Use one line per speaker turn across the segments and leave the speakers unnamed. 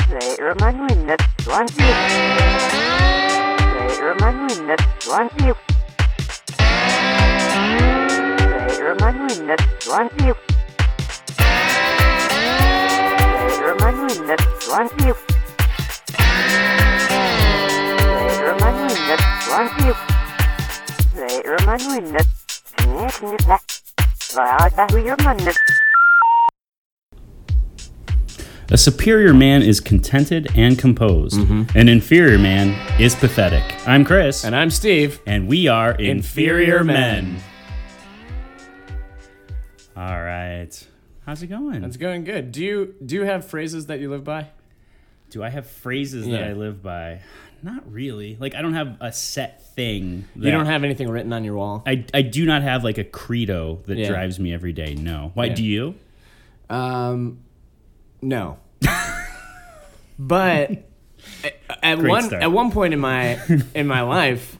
Romanowinners 20. Romanowinners 20. Romanowinners 20. Romanowinners 20. Romanowinners 20. Romanowinners 20. Romanowinners
A superior man is contented and composed. An inferior man is pathetic. I'm Chris.
Mm-hmm. And I'm Steve.
And we are
Inferior Men.
All right. How's it going?
It's going good. Do you do you have phrases that you live by?
Do I have phrases that
Yeah.
I live by? Not really. Like, I don't have a set thing. That
You don't have anything written on your wall.
I, I do not have like a credo that
Yeah.
drives me every day. No. Why
Yeah.
do you?
Um, no. but at, at
Great
one
start.
at one point in my in my life,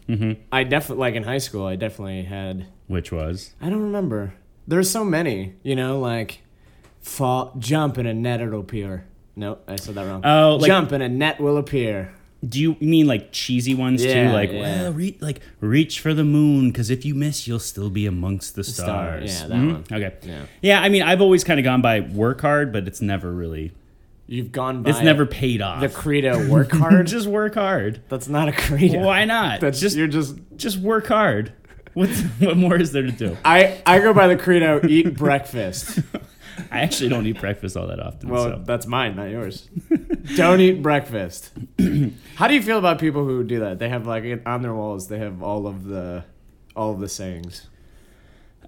I definitely like in high school, I definitely had.
Which was
I don't remember. There's so many, you know, like fall, jump in a net it'll appear. No, I said that wrong.
Oh, like-
jump in a net will appear.
Do you mean like cheesy ones
Yeah,
too? Like,
yeah.
well, re- like reach for the moon because if you miss, you'll still be amongst the
star,
stars. Mm.
yeah, that one.
Okay.
Yeah.
I mean, I've always kind of gone by work hard, but it's never really,
You've gone by.
it's never paid off.
the credo. Work hard.
just work hard.
That's not a credo.
Why not?
That's
just
just you're just.
just work hard. What what more is there to do?
I I go by the credo. Eat breakfast.
I actually don't eat breakfast all that often.
Well,
so.
that's mine, not yours. Don't eat breakfast. How do you feel about people who do that? They have like it- on their walls. They have all of the all of the sayings.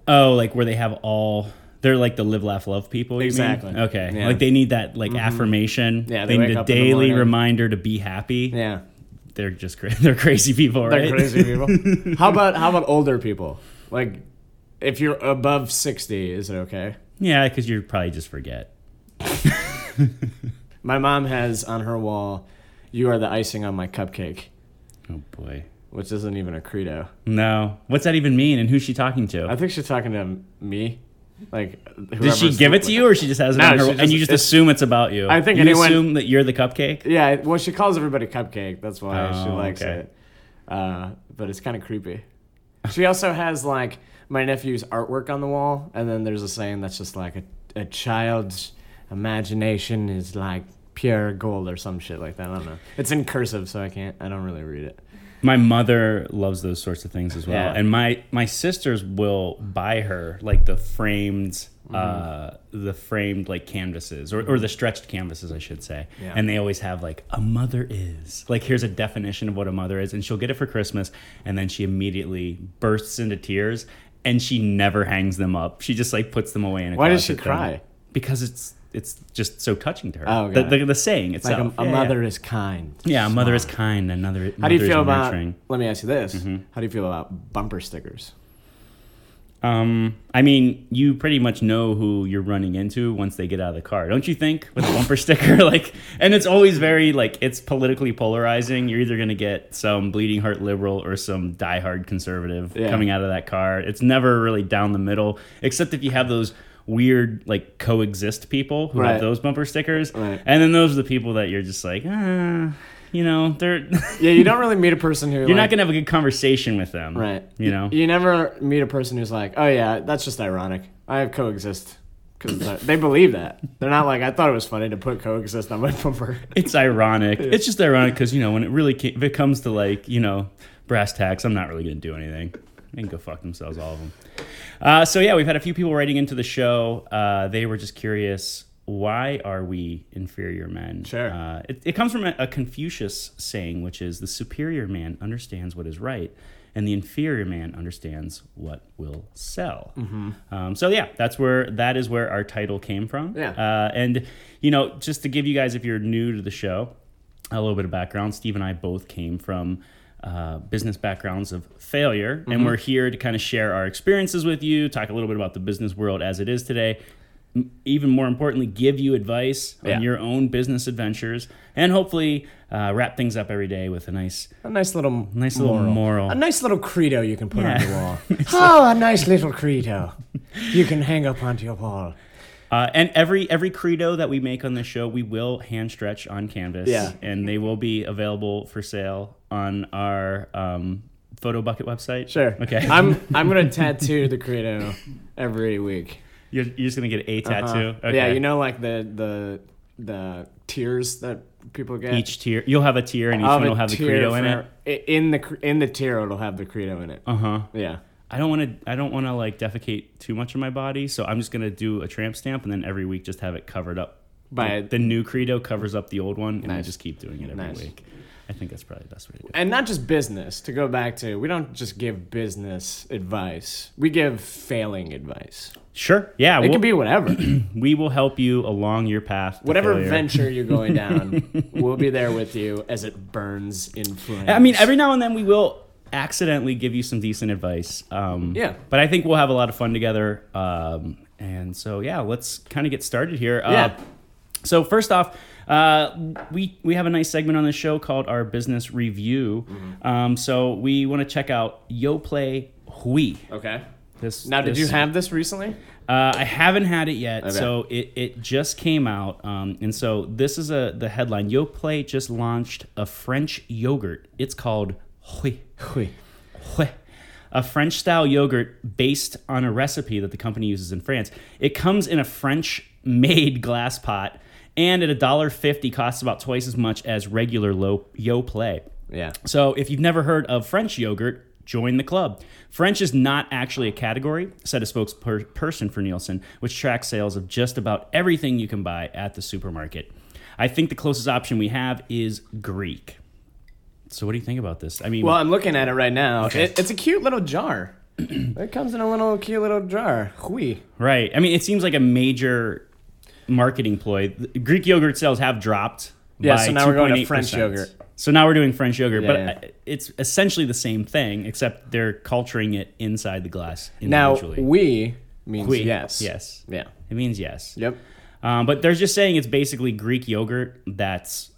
Oh, like where they have all they're like the live, laugh, love people. you mean?
Exactly.
Okay.
Yeah. Mm-hmm.
Like they need that like affirmation.
Yeah,
They,
they
need
wake
a
up in the
daily
morning.
reminder to be happy.
Yeah,
They're just cra- they're crazy people,
they're
right?
crazy people. How about how about older people? Like, if you're above sixty, is it okay?
yeah, because you probably just forget.
My mom has on her wall, "You are the icing on my cupcake,"
Oh boy.
which isn't even a credo.
No. What's that even mean? And who's she talking to?
I think she's talking to me. Like,
Did she give it to you, or she just has it
No,
on her?
she
and
just-
you just
it's-
assume it's about you.
I think
you
anyone-
assume that you're the cupcake.
Yeah, well, she calls everybody cupcake. That's why she
Oh,
likes
okay.
it. Uh, but it's kind of creepy. She also has like my nephew's artwork on the wall, and then there's a saying that's just like a, a child's imagination is like pure gold or some shit like that. I don't know. It's in cursive, so I can't. I don't really read it.
My mother loves those sorts of things as well,
Yeah.
and my my sisters will buy her like the framed.
Mm-hmm.
Uh, the framed like canvases or, or the stretched canvases, I should say.
Yeah.
And they always have like a mother is like, here's a definition of what a mother is. And she'll get it for Christmas. And then she immediately bursts into tears and she never hangs them up. She just like puts them away in a
Why does she
closet thing.
cry?
Because it's, it's just so touching to her.
Oh,
the,
got
the, the saying
Like
itself.
a, a
Yeah,
mother is kind.
Yeah, yeah a mother is kind. Another.
How do you feel about?
nurturing. Mm-hmm.
Let me ask you this. How do you feel about bumper stickers?
Um, I mean, you pretty much know who you're running into once they get out of the car, don't you think? With a bumper sticker, like, and it's always very like it's politically polarizing. You're either gonna get some bleeding heart liberal or some diehard conservative
Yeah.
coming out of that car. It's never really down the middle, except if you have those weird like coexist people who have
Right.
those bumper stickers,
Right.
and then those are the people that you're just like, ah, you know, they're
Yeah, you don't really meet a person who
you're
like,
not gonna have a good conversation with them,
Right.
You know,
You never meet a person who's like, oh, yeah, that's just ironic. I have coexist. Because they believe that. They're not like, I thought it was funny to put coexist on my bumper.
it's ironic. It's just ironic because you know when it really ca- if it comes to like you know brass tacks, I'm not really gonna do anything. They can go fuck themselves, all of them. Uh, so yeah, we've had a few people writing into the show. Uh, they were just curious. Why are we inferior men?
Sure.
Uh, it, it comes from a, a Confucius saying, which is the superior man understands what is right, and the inferior man understands what will sell.
Mm-hmm.
Um, so yeah, that's where that is where our title came from.
Yeah.
Uh, and you know, just to give you guys, if you're new to the show, a little bit of background. Steve and I both came from uh, business backgrounds of failure, and we're here to kind of share our experiences with you, talk a little bit about the business world as it is today. M- Even more importantly, give you advice
Yeah.
on your own business adventures, and hopefully uh, wrap things up every day with a nice,
A nice little,
nice little moral.
A nice little credo you can put on
Yeah.
the wall. oh, a nice little credo you can hang up onto your wall.
Uh, and every every credo that we make on this show, we will hand stretch on canvas.
Yeah.
And they will be available for sale on our um, photo bucket website.
Sure.
Okay.
I'm I'm gonna tattoo the credo every week.
you're, you're just gonna get a tattoo.
Uh-huh.
Okay.
Yeah, you know, like the the the tiers that people get.
Each tier, you'll have a tier, and each
I'll
one will
a
have the
tier
credo in it.
for- i- In the cr- in the tier, it'll have the credo in it.
Uh huh.
Yeah.
I don't want to. I don't want to like defecate too much in my body, so I'm just gonna do a tramp stamp, and then every week just have it covered up.
By-
the new credo covers up the old one, and I
Nice.
just keep doing it every
Nice.
week. I think that's probably the best way to do it.
And not just business. To go back to, we don't just give business advice. We give failing advice.
Sure. Yeah.
It
we'll,
can be whatever.
we will help you along your path. to
Whatever
failure.
venture you're going down, we'll be there with you as it burns in flames.
I mean, every now and then we will accidentally give you some decent advice. Um,
Yeah.
But I think we'll have a lot of fun together. Um, and so, yeah, let's kind of get started here. Uh,
Yeah.
so first off, uh, we we have a nice segment on the show called our business review.
Mm-hmm.
Um, so we want to check out Yo Play Hui.
Okay.
This
Now, did
this-
you have this recently?
Uh, I haven't had it yet, so it, it just came out, um, and so this is a the headline. Yoplait just launched a French yogurt. It's called Hui Hui, a French style yogurt based on a recipe that the company uses in France. It comes in a French made glass pot, and at $1.50 costs about twice as much as regular low Yoplait.
Yeah.
So, if you've never heard of French yogurt, join the club. French is not actually a category, said a spokesperson for Nielsen, which tracks sales of just about everything you can buy at the supermarket. I think the closest option we have is Greek. So, what do you think about this? I mean,
Well, I'm looking at it right now. It, it's a cute little jar. it comes in a little cute little jar. Hui.
right. I mean, it seems like a major marketing ploy. The Greek yogurt sales have dropped.
Yeah,
by
so now we're going to
2.8%.
French yogurt.
So now we're doing French yogurt,
Yeah,
but
yeah.
I- it's essentially the same thing, except they're culturing it inside the glass
Now,
individually.
we means
We-
yes.
Yes.
Yeah.
It means yes.
Yep.
Um, but they're just saying it's basically Greek yogurt that's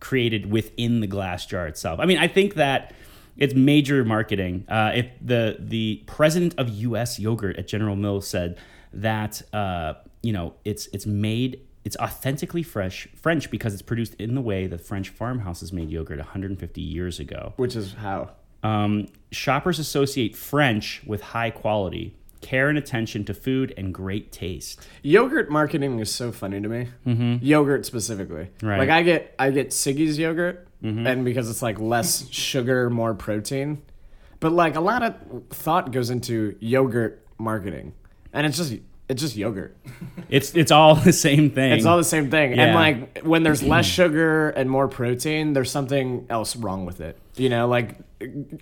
created within the glass jar itself. I mean, I think that it's major marketing. Uh, if the the president of U.S. yogurt at General Mills said that uh, you know it's it's made. It's authentically fresh French because it's produced in the way that French farmhouses made yogurt 150 years ago.
Which is how.
Um, shoppers associate French with high quality, care and attention to food, and great taste.
Yogurt marketing is so funny to me. Mm-hmm. Yogurt specifically.
Right.
Like I get I get Siggy's yogurt, and because it's like less sugar, more protein. But like a lot of thought goes into yogurt marketing, and it's just it's just yogurt.
It's it's all the same thing.
It's all the same thing. And
Yeah.
like when there's less sugar and more protein, there's something else wrong with it. You know, like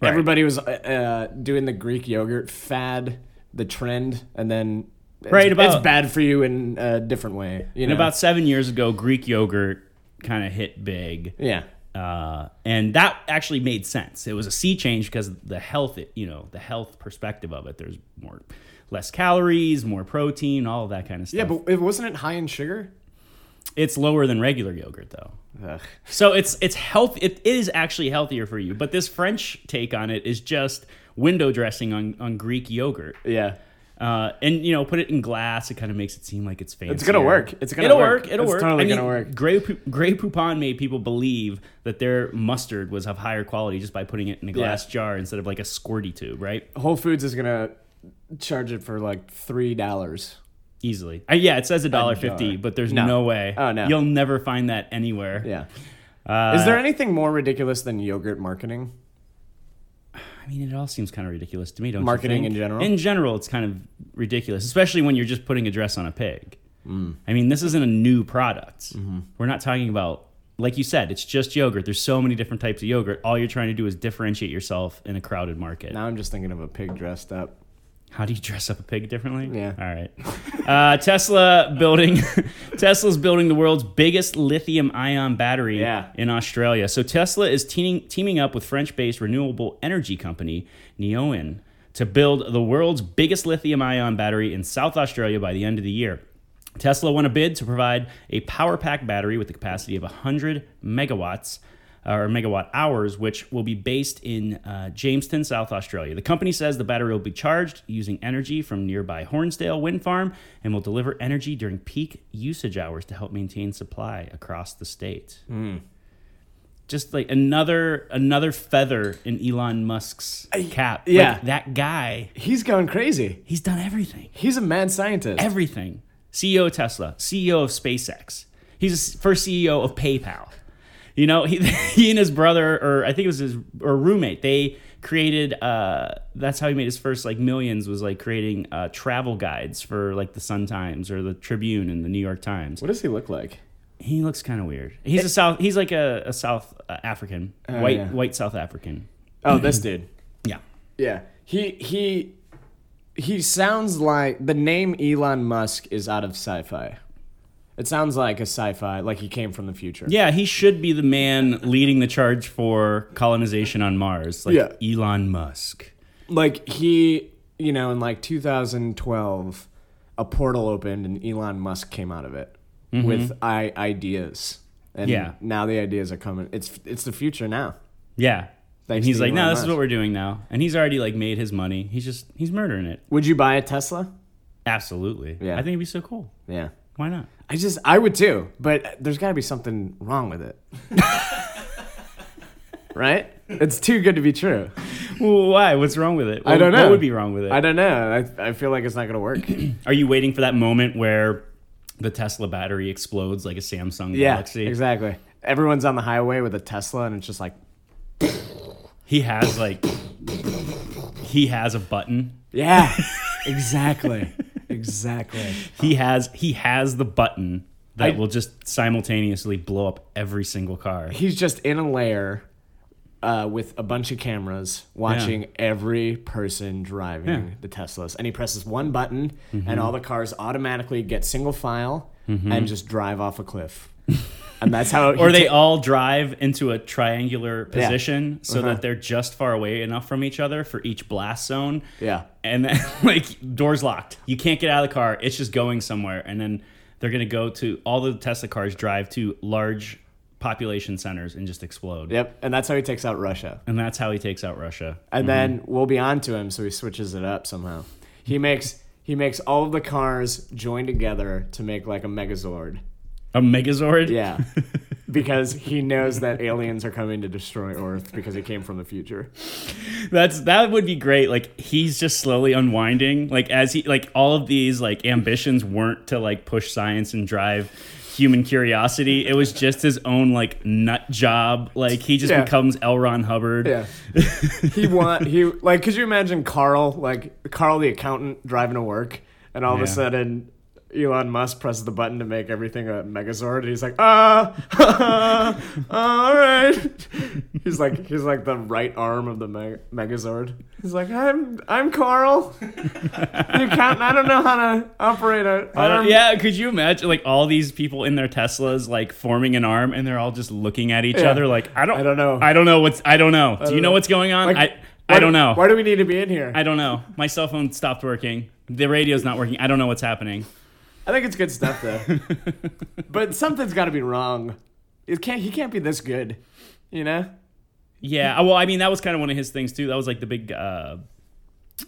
everybody was uh, uh, doing the Greek yogurt fad, the trend, and then it's,
Right, about-
it's bad for you in a different way. You
and
know,
about seven years ago, Greek yogurt kind of hit big,
yeah,
uh, and that actually made sense. It was a sea change because of the health, you know, the health perspective of it. There's more, less calories, more protein, all of that kind of stuff.
yeah, but it wasn't it high in sugar?
it's lower than regular yogurt though.
Ugh.
So it's it's health. It is actually healthier for you. But this French take on it is just window dressing on on Greek yogurt.
Yeah,
Uh, and you know, put it in glass. It kind of makes it seem like it's fancy.
gonna work. It's gonna
it'll
work.
work. It'll
It's
work.
totally
I mean,
gonna work.
Grey Pou- Grey Poupon made people believe that their mustard was of higher quality just by putting it in a glass jar instead of like a squirty tube, right?
Whole Foods is gonna charge it for like three dollars.
Easily. Uh, yeah, it says a dollar fifty,
jar.
but there's
No.
no. way.
Oh, no.
You'll never find that anywhere. Uh,
Yeah. is there anything more ridiculous than yogurt marketing?
I mean, it all seems kind of ridiculous to me. Don't you
Marketing
think?
in general?
In general, it's kind of ridiculous, especially when you're just putting a dress on a pig.
Mm.
I mean, this isn't a new product.
Mm-hmm.
We're not talking about, like you said, it's just yogurt. There's so many different types of yogurt. All you're trying to do is differentiate yourself in a crowded market.
Now I'm just thinking of a pig dressed up.
How do you dress up a pig differently?
Yeah.
All right. Uh, Tesla building Tesla's building the world's biggest lithium ion battery
Yeah.
in Australia. So Tesla is teaming, teaming up with French-based renewable energy company Neoen to build the world's biggest lithium ion battery in South Australia by the end of the year. Tesla won a bid to provide a power pack battery with the capacity of 100 megawatts. uh, or megawatt hours, which will be based in uh, Jamestown, South Australia. The company says the battery will be charged using energy from nearby Hornsdale Wind Farm and will deliver energy during peak usage hours to help maintain supply across the state. Just like another another feather in Elon Musk's cap. Like,
yeah.
that guy,
He's going crazy.
he's done everything
He's a mad scientist.
everything. CEO of Tesla, CEO of SpaceX. He's the first CEO of PayPal. You know, he, he and his brother, or I think it was his or roommate, they created. Uh, that's how he made his first like millions was like creating uh, travel guides for like the Sun Times or the Tribune and the New York Times.
what does he look like?
He looks kind of weird. He's a South. He's like a, a South uh, African, white
Eh. Oh, yeah.
white South African.
Oh, this dude.
Yeah.
Yeah. He he he sounds like the name Elon Musk is out of sci-fi. It sounds like a sci-fi, like he came from the future.
Yeah, he should be the man leading the charge for colonization on Mars, like
Yeah.
Elon Musk.
Like he, you know, in like 2012, a portal opened and Elon Musk came out of it with I- ideas. And
Yeah.
now the ideas are coming. It's it's the future now.
Yeah.
Thanks
and he's
to
like,
Elon
no, this is
Musk."
what we're doing now. And he's already like made his money. He's just he's murdering it.
Would you buy a Tesla?
Absolutely.
Yeah.
I think it'd be so cool.
Yeah.
Why not?
I just I would too, but there's got to be something wrong with it. right? It's too good to be true.
Well, why? What's wrong with it?
I don't
What-
know.
What would be wrong with it?
I don't know. I, I feel like it's not going to work.
Are you waiting for that moment where the Tesla battery explodes like a Samsung
yeah,
Galaxy?
exactly. Everyone's on the highway with a Tesla, and it's just like,
He has like he has a button.
yeah, exactly, exactly.
He has he has the button that
I-
will just simultaneously blow up every single car.
He's just in a lair uh, with a bunch of cameras, watching every person driving
Yeah. Mm-hmm.
the Teslas, and he presses one button, and all the cars automatically get single file and just drive off a cliff. And that's how. he
or they
ta-
all drive into a triangular
Yeah. Uh-huh.
position so that they're just far away enough from each other for each blast zone.
Yeah.
And then like doors locked. You can't get out of the car. It's just going somewhere. And then they're gonna go to all the Tesla cars drive to large population centers and just explode.
Yep, and that's how he takes out Russia.
And that's how he takes out Russia.
and then we'll be on to him so he switches it up somehow he makes he makes all of the cars join together to make like a megazord
A megazord?
yeah because he knows that aliens are coming to destroy earth because he came from the future
That's that would be great. Like he's just slowly unwinding. Like as he like all of these like ambitions weren't to like push science and drive human curiosity. It was just his own like nut job. Like he just
Yeah.
becomes L. Ron Hubbard.
yeah he want he like could you imagine carl like carl the accountant driving to work and all of a
Yeah.
sudden Elon Musk presses the button to make everything a megazord, and he's like, ah, ah, all right. He's like, he's like the right arm of the meg- megazord. He's like, I'm, I'm Carl. the accountant. I don't know how to operate a
I don't-
arm.
yeah, could you imagine like all these people in their Teslas like forming an arm and they're all just looking at each
Yeah.
other like I don't
I don't know.
I don't know what's I don't know. Do you
don't
know,
know.
what's going on?
Like,
I
why
I
do-
don't know.
Why do we need to be in here?
I
I,
don't know. My cell phone stopped working. The radio's not working. I don't know what's happening.
think it's good stuff though. but something's got to be wrong. It can't. He can't be this good. You know.
Yeah, uh, well, I mean, that was kind of one of his things too. That was like the big uh,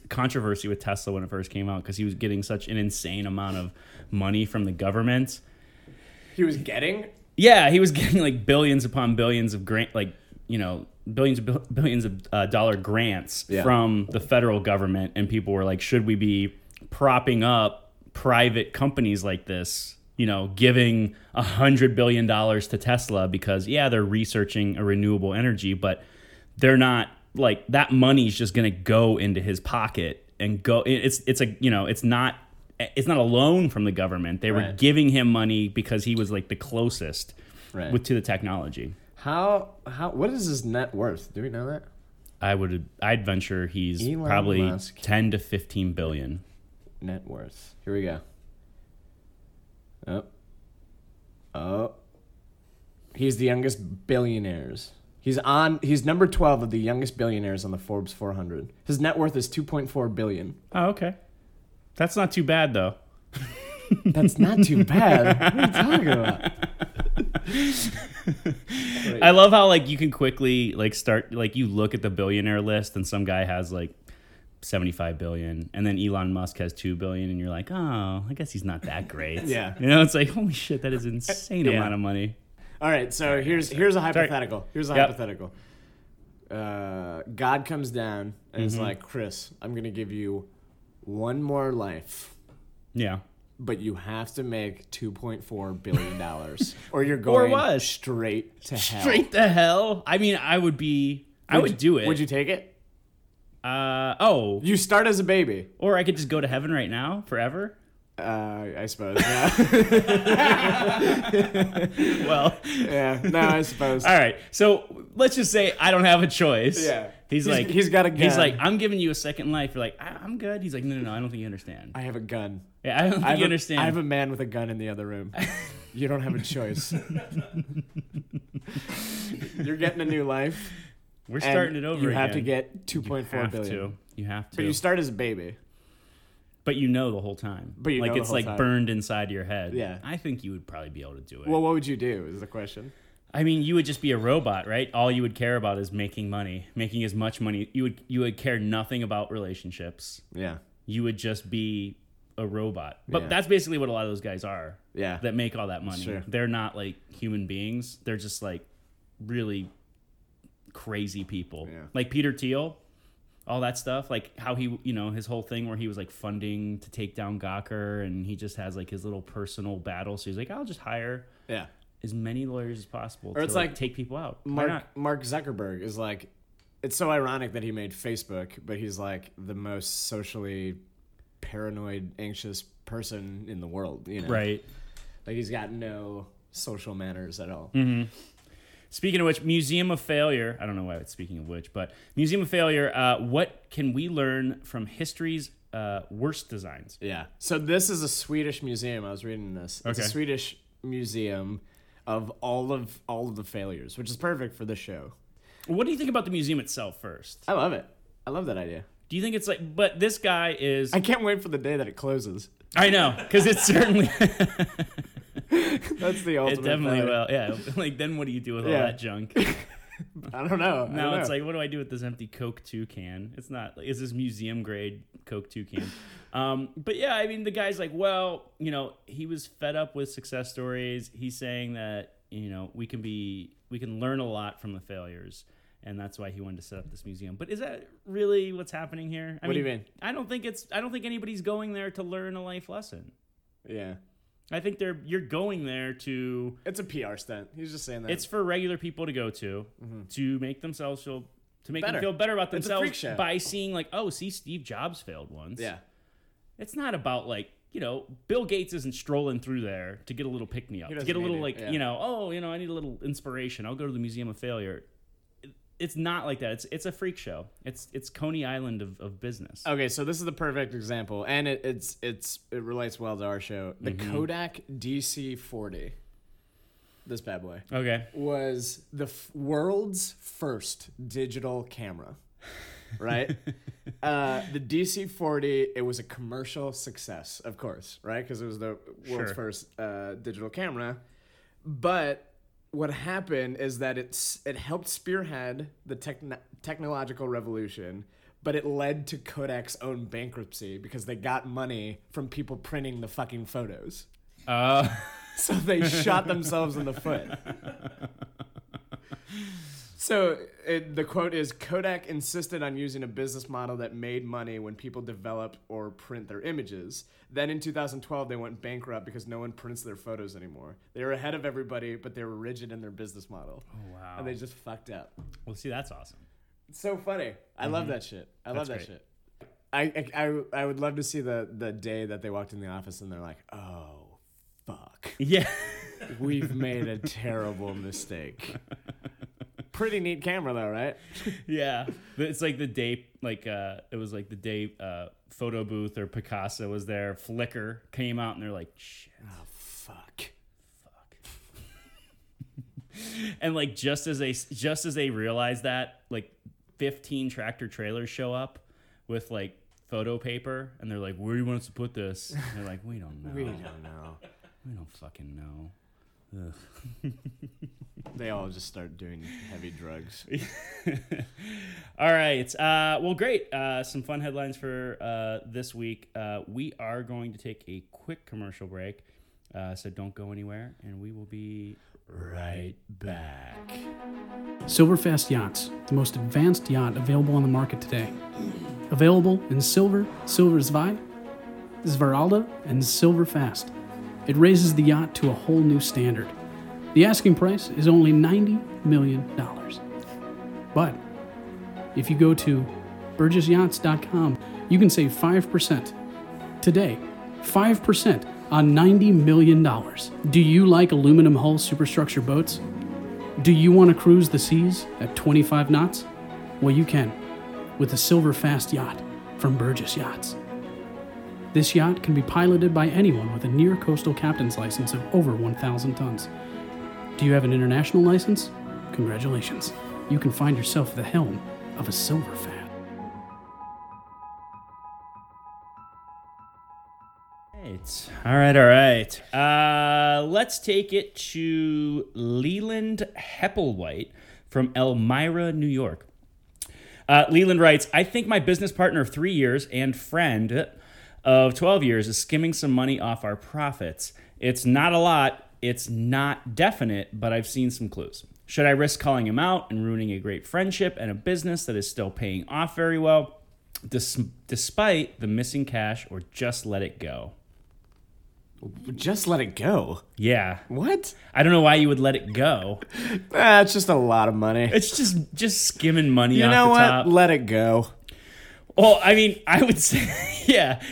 controversy with Tesla when it first came out because he was getting such an insane amount of money from the government.
He was getting.
Yeah, he was getting like billions upon billions of grant, like you know, billions of bil- billions of uh, dollar grants
Yeah.
from the federal government, and people were like, should we be propping up private companies like this? You know, giving a hundred billion dollars to Tesla because yeah, they're researching a renewable energy, but they're not like that money's just going to go into his pocket and go it- it's it's a you know it's not it's not a loan from the government they were
Right.
giving him money because he was like the closest
Right.
with to the technology
How how what is his net worth? Do we know that?
i would i'd venture he's
Elon
probably
Musk.
10 to 15 billion
Net worth. Here we go. Oh. Oh. He's the youngest billionaires. He's on he's number 12 of the youngest billionaires on the Forbes 400. His net worth is 2.4 billion.
oh okay that's not too bad though
That's not too bad. what are you talking about?
I love how like you can quickly like start like you look at the billionaire list and some guy has like 75 billion and then Elon Musk has 2 billion and you're like, "Oh, I guess he's not that great."
Yeah.
You know, it's like, "Holy shit, that is insane
Yeah.
amount of money."
All right, so here's here's a
Sorry.
hypothetical. Here's a
Yep.
hypothetical. Uh, God comes down and
Mm-hmm.
is like, Chris, I'm gonna give you one more life,
Yeah.
but you have to make 2.4 billion dollars, or you're
Or
going
was.
straight to hell.
Straight the hell. I mean, I would be I would do it.
Would you take it?
Uh oh,
You start as a baby,
or I could just go to heaven right now forever.
uh, I suppose. Yeah.
Well,
yeah. No, I suppose.
all right. So let's just say I don't have a choice.
Yeah.
He's,
He's-
like
he's got a
He's
gun.
like I'm giving you a second life. You're like I- I'm good. He's like no no no I don't think you understand.
I have a gun.
Yeah, I don't think
I have
you
a-
understand.
I have a man with a gun in the other room. you don't have a choice. You're getting a new life.
We're
and
starting it over.
You have to
again.
get two
You
point four
have
billion.
To. You have to.
But you start as a baby.
know the whole time.
But you
like
know the
it's
whole
like
time.
burned inside your head.
Yeah.
I think you would probably be able to do it.
Well, what would you do? Is the question.
I mean, you would just be a robot, right? All you would care about is making money, making as much money. You would you would care nothing about relationships.
Yeah.
you would just be a robot. But
Yeah.
that's basically what a lot of those guys are
Yeah.
that make all that money.
Sure.
They're not like human beings. They're just like really crazy people.
Yeah.
Like Peter Thiel, all that stuff, like how he, you know, his whole thing where he was like funding to take down Gawker and he just has like his little personal battle. So he's like, I'll just hire
yeah.
as many lawyers as possible
Or
to
it's
like,
like
take people out. Why
Mark
not?
Mark Zuckerberg is like, it's so ironic that he made Facebook, but he's like the most socially paranoid, anxious person in the world. You know,
Right.
Like he's got no social manners at all.
Mm-hmm. Speaking of which, Museum of Failure. I don't know why it's speaking of which, but Museum of Failure. Uh, what can we learn from history's uh, worst designs?
Yeah. So this is a Swedish museum. I was reading this. It's a
Okay.
Swedish museum of all of all of the failures, which is perfect for this show.
What do you think about the museum itself first?
I love it. I love that idea.
Do you think it's like? But this guy is.
I
I,
can't wait for the day that it closes.
know, because it's certainly
That's the ultimate.
it definitely
failure.
will. Yeah. Like then, what do you do with all
Yeah.
that junk?
I don't know. I
Now
don't
it's
know.
like, what do I do with this empty Coke two can? It's not. Like, is this museum grade Coke two can? Um, but yeah, I mean, the guy's like, well, you know, he was fed up with success stories. He's saying that you know we can be we can learn a lot from the failures. And that's why he wanted to set up this museum. But is that really what's happening here? I
What do you mean?
I don't think it's. I don't think anybody's going there to learn a life lesson.
yeah.
I think they're. You're going there to
It's a PR stunt. He's just saying that.
it's for regular people to go to to make themselves feel to make
Mm-hmm. Better.
them feel better about
It's a freak
themselves
show.
by seeing like, oh, see, Steve Jobs failed once.
yeah.
it's not about like you know, Bill Gates isn't strolling through there to get a little pick me up, to
doesn't
get a
need
little
it,
like
yeah.
you know, oh, you know, I need a little inspiration. I'll go to the Museum of Failure. It- It's not like that. It's it's a freak show. It's it's Coney Island of, of business.
Okay, so this is the perfect example, and it, it's it's it relates well to our show. The
Mm-hmm.
Kodak DC40. This bad boy.
Okay,
was the f- world's first digital camera, right? uh, the DC40, it was a commercial success, of course, right? Because it was the world's
Sure.
first uh, digital camera. But what happened is that it's it helped spearhead the techno- technological revolution. But it led to Kodak's own bankruptcy because they got money from people printing the fucking photos.
uh,
So they shot themselves in the foot. So it, the quote is Kodak insisted on using a business model that made money when people develop or print their images. Then in 2012, they went bankrupt because no one prints their photos anymore. They were ahead of everybody, but they were rigid in their business model.
Oh, wow.
And they just fucked up.
Well, see, that's awesome.
It's so funny. I love that shit. I love that
Mm-hmm. That's
shit. I, I, I- I would love to see the, the day that they walked in the office and they're like, oh, fuck.
Yeah.
We've made a terrible mistake. Pretty neat camera though, right?
Yeah, But it's like the day, like uh, it was like the day uh, photo booth or Picasso was there. Flickr came out, and they're like, shit,
Oh fuck.
fuck. and like just as they just as they realize that, like fifteen tractor trailers show up with like photo paper, and they're like, Oh. where do you want us to put this? And they're like, we don't know,
We
we
don't know.
don't fucking know. Ugh.
They all just start doing heavy drugs.
All right. Uh, well, great. Uh, some fun headlines for uh, this week. Uh, we are going to take a quick commercial break. Uh, so don't go anywhere, and we will be right back.
Silverfast Yachts, the most advanced yacht available on the market today. Available in silver, silver Zvi, Zvaralda, and Silverfast. It raises the yacht to a whole new standard. The asking price is only $90 million. But if you go to burgessyachts.com, you can save 5% today. 5% on $90 million. Do you like aluminum hull superstructure boats? Do you want to cruise the seas at 25 knots? Well, you can with a Silver Fast yacht from Burgess Yachts. This yacht can be piloted by anyone with a near coastal captain's license of over 1,000 tons. Do you have an international license? Congratulations. You can find yourself at the helm of a Silver Fast.
Right. All right, all right. Uh, let's take it to Leland Heppelwhite from Elmira, New York. Uh, Leland writes I think my business partner of three years and friend of 12 years is skimming some money off our profits. It's not a lot, it's not definite, but I've seen some clues. Should I risk calling him out and ruining a great friendship and a business that is still paying off very well, dis- despite the missing cash, or just let it go?
Just let it go.
Yeah.
What?
I don't know why you would let it go.
Ah, it's just a lot of money.
It's just just skimming money
you
off
know
the
what?
top.
Let it go.
Well, I mean, I would say, yeah.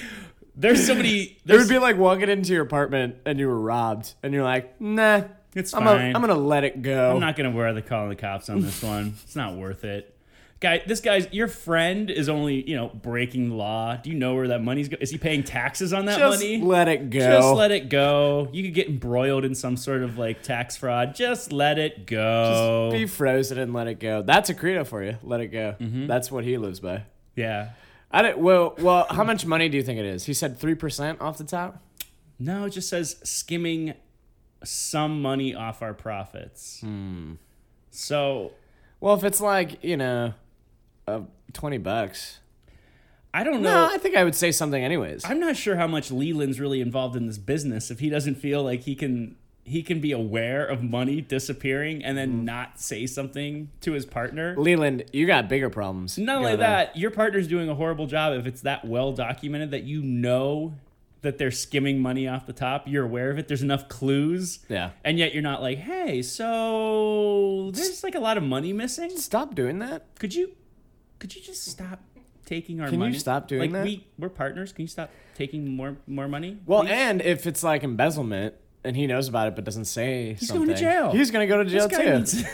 There's somebody.
It
There's,
would be like walking into your apartment and you were robbed, and you're like, nah,
It's
I'm gonna-
fine.
I'm gonna let it go.
I'm not gonna wear the call on the cops on this one. It's not worth it. Guy, this guy's your friend is only you know breaking the law. Do you know where that money's going? Is he paying taxes on that
just
money?
let it go.
Just let it go. You could get embroiled in some sort of like tax fraud. Just let it go. Mm-hmm.
Be frozen and let it go. That's a credo for you. Let it go. That's what he lives by.
yeah.
I don't, well, well, how much money do you think it is? He said three percent off the top.
No, it just says skimming some money off our profits. So
Well, if it's like you know, uh, twenty bucks.
I don't
No,
know.
I think I would say something anyways.
I'm not sure how much Leland's really involved in this business if he doesn't feel like he can he can be aware of money disappearing and then not say something to his partner.
Leland, you got bigger problems.
Not only
going on.
that, your partner's doing a horrible job if it's that well documented that you know that they're skimming money off the top. You're aware of it. There's enough clues.
Yeah.
And yet you're not like, hey, so there's like a lot of money missing.
Stop doing that.
Could you could you just stop taking our
Can you
money?
stop doing
like,
that?
We we're partners. Can you stop taking more more money?
Well,
please?
and if it's like embezzlement and he knows about it but doesn't say he's
going
something,
to jail.
He's gonna go to
this
jail
guy
too.
needs to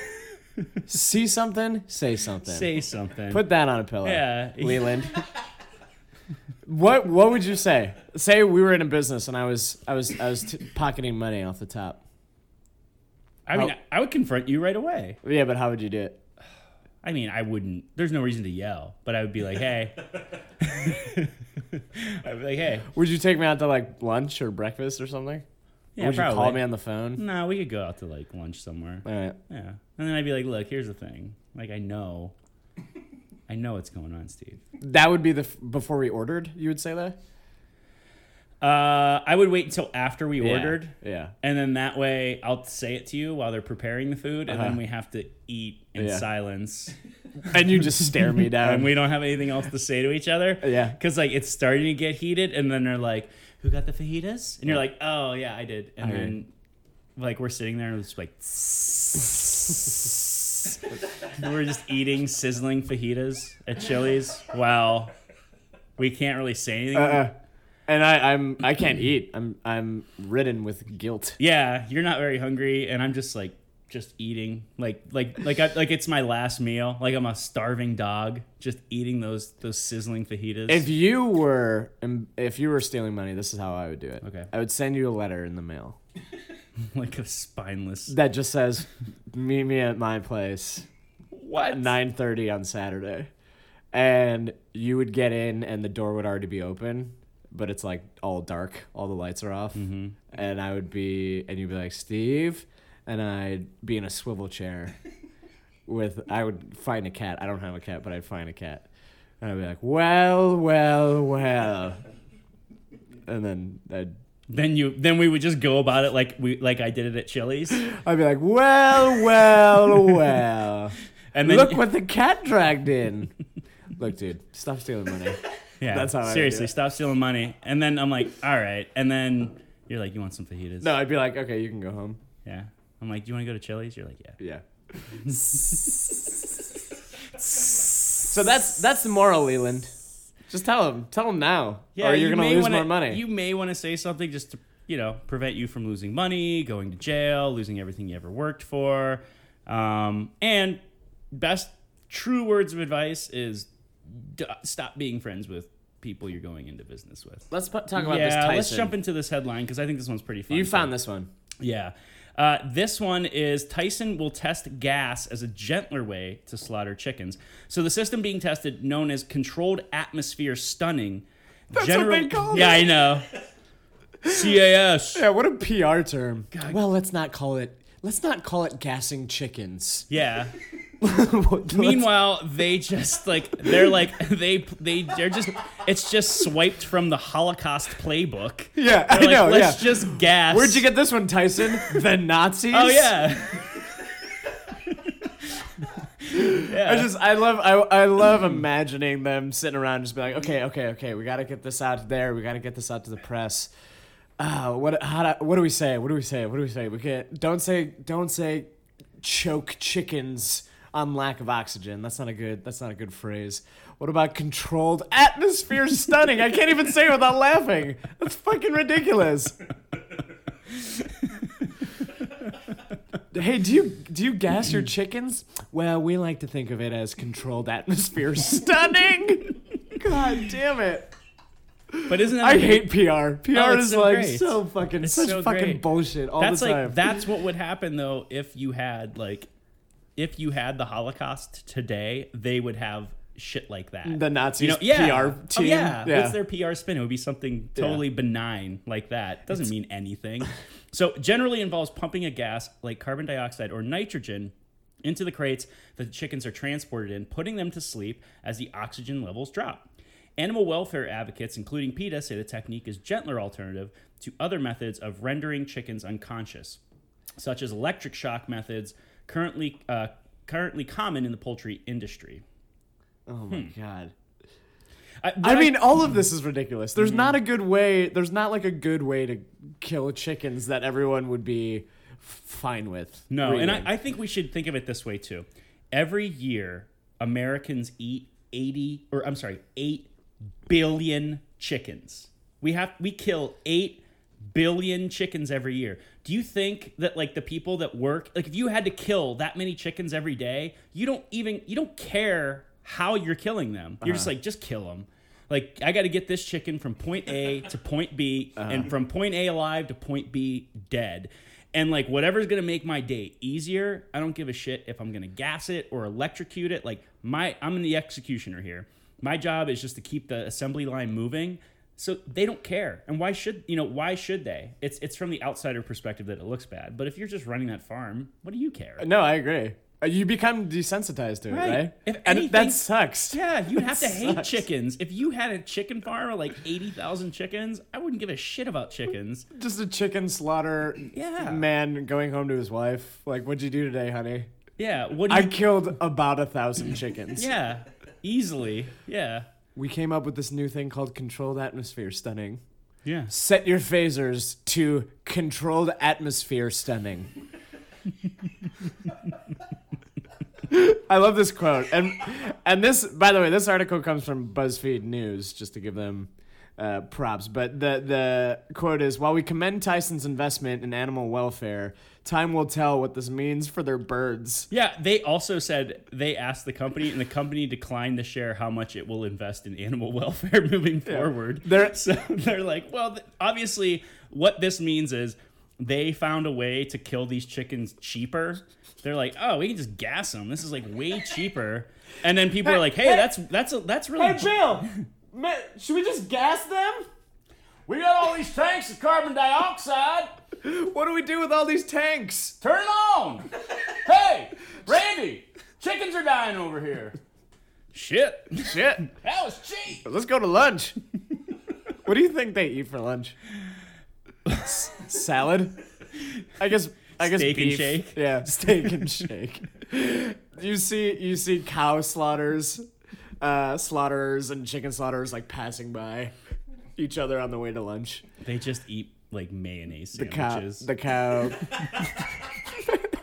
See something, say something.
say something.
Put that on a pillow.
Yeah.
Leland. what what would you say? Say we were in a business and I was I was I was t- pocketing money off the top.
I mean,
How-
I would confront you right away.
Yeah, but how would you do it?
I mean, I wouldn't. There's no reason to yell, but I would be like, hey. I'd be like, hey.
Would you take me out to like lunch or breakfast or something?
Yeah,
would
probably. Mm.
you call me on the phone?
No, we could go out to like lunch somewhere.
All right.
Yeah. And then I'd be like, look, here's the thing. Like, I know. I know what's going on, Steve.
That would be the f- before we ordered. You would say that.
Uh, I would wait until after we
Yeah.
ordered.
Yeah.
And then that way I'll say it to you while they're preparing the food, and then we have to eat in
Uh-huh. Yeah.
silence.
And you just stare me down.
And we don't have anything else to say to each other.
Yeah.
Because, like, it's starting to get heated, and then they're like, Who got the fajitas? And you're like, Oh, yeah, I did. And
I
then,
did.
like, we're sitting there, and it's like, We're just eating sizzling fajitas at Chili's. Wow. We can't really say anything.
Uh, and I, I'm I can't eat. I'm I'm ridden with guilt.
yeah you're not very hungry and i'm just like just eating like like like I, like it's my last meal like i'm a starving dog just eating those those sizzling fajitas
If you were um, if you were stealing money, this is how I would do it.
Okay.
I would send you a letter in the mail
like a spineless
that just says, "Meet me at my place,
what
nine thirty on Saturday," and you would get in, and the door would already be open, but it's like all dark, all the lights are off, and I would be, and you'd be like, Steve, and I'd be in a swivel chair with, I would find a cat. I don't have a cat, but I'd find a cat. And I'd be like, well, well, well. And then I'd,
Then you then we would just go about it like we like I did it at Chili's.
I'd be like, well, well, well.
And then
Look what the cat dragged in. Look, dude, stop stealing money.
yeah,
that's how I would do
seriously
it.
stop stealing money. And then I'm like, all right. And then you're like, you want some fajitas?
No, I'd be like, okay, you can go home.
Yeah. I'm like, do you want to go to Chili's? You're like, yeah.
Yeah. so that's that's the moral, Leland. Just tell him. Tell him now.
Yeah,
or you're
you
gonna
may
lose
wanna-
more money.
You may want to say something just to, you know, prevent you from losing money, going to jail, losing everything you ever worked for. Um, and best true words of advice is d- stop being friends with people you're going into business with.
let's pu- talk about this
yeah,
Tyson.
let's jump into this headline because I think this one's pretty fun.
you
So-
found this one.
Yeah. Uh, this one is Tyson will test gas as a gentler way to slaughter chickens. So the system being tested, known as controlled atmosphere stunning. That's
what they call
Yeah,
it.
I know. CAS.
Yeah, what a PR term. Well, let's not call it. Let's not call it gassing chickens.
Yeah.
What-
Meanwhile, they just like they're like they they they're just it's just swiped from the Holocaust playbook.
yeah, I
They're like,
know. Yeah.
Let's just gas.
Where'd you get this one, Tyson? the Nazis.
Oh yeah.
I just I love I, I love imagining them sitting around just being like, okay, okay, okay, we gotta get this out there, we gotta get this out to the press. Uh, what how do, what do we say? What do we say? What do we say? We can't don't say don't say choke chickens on lack of oxygen. That's not a good that's not a good phrase. What about controlled atmosphere stunning? I can't even say it without laughing. That's fucking ridiculous. Hey, do you do you gas your chickens? Well, we like to think of it as controlled atmosphere stunning. God damn it!
But isn't that
I
what-
hate PR. PR
Oh, it's
is
so
like
great.
so fucking
It's
such
so
fucking
great.
bullshit all
that's
the
like
time.
that's what would happen though if you had like if you had the Holocaust today, they would have shit like that.
the Nazis
you know, yeah.
PR team.
Oh, yeah. What's their PR spin? It would be something totally benign like that. Doesn't mean anything. So generally involves pumping a gas like carbon dioxide or nitrogen into the crates that the chickens are transported in, putting them to sleep as the oxygen levels drop. Animal welfare advocates, including PETA, say the technique is gentler alternative to other methods of rendering chickens unconscious such as electric shock methods currently uh, currently common in the poultry industry.
oh my
hmm.
god.
I,
I
what
mean, all of
hmm.
this is ridiculous. There's not a good way. There's not like a good way to kill chickens that everyone would be f- fine with.
no, and
reading.
I, I think we should think of it this way too. Every year, Americans eat eighty, or I'm sorry, eight billion chickens. We have we kill eight billion chickens every year. Do you think that like the people that work, like if you had to kill that many chickens every day, you don't even you don't care how you're killing them. You're just like just kill them. Like I got to get this chicken from point A to point B, and from point A alive to point B dead. And like whatever's gonna make my day easier, I don't give a shit if I'm gonna gas it or electrocute it. Like my, I'm the executioner here. My job is just to keep the assembly line moving. So they don't care. And why should you know? Why should they? It's it's from the outsider perspective that it looks bad. But if you're just running that farm, what do you care?
No, I agree. Uh, You become desensitized to it,
Right.
right?
If
and
anything-
that sucks.
Yeah, you'd have to hate
sucks.
chickens. If you had a chicken farm with like eighty thousand chickens, I wouldn't give a shit about chickens.
Just a chicken slaughter
Yeah.
man going home to his wife. Like, what'd you do today, honey?
Yeah, what? Do
I
you,
killed about a thousand chickens.
yeah, easily. Yeah,
We came up with this new thing called controlled atmosphere stunning.
yeah.
Set your phasers to controlled atmosphere stunning. I love this quote. And and this by the way, this article comes from BuzzFeed News, just to give them uh, props. But the the quote is while we commend Tyson's investment in animal welfare, time will tell what this means for their birds.
Yeah, they also said they asked the company, and the company declined to share how much it will invest in animal welfare moving forward.
They're-
so they're like, well, th- obviously, what this means is they found a way to kill these chickens cheaper. They're like, oh, we can just gas them. This is like way cheaper. And then people are like, hey, that's that's a, that's really.
Bill! should we just gas them?
We got all these tanks of carbon dioxide.
What do we do with all these tanks?
Turn it on. Hey, Randy, chickens are dying over here.
Shit.
Shit.
That was cheap.
Let's go to lunch. what do you think they eat for lunch? salad. I guess. I guess
Steak and
beef.
shake?
Yeah, steak and shake. you see, you see cow slaughters, uh, slaughterers, and chicken slaughterers like passing by each other on the way to lunch.
They just eat like mayonnaise
Cow,
sandwiches.
the cow.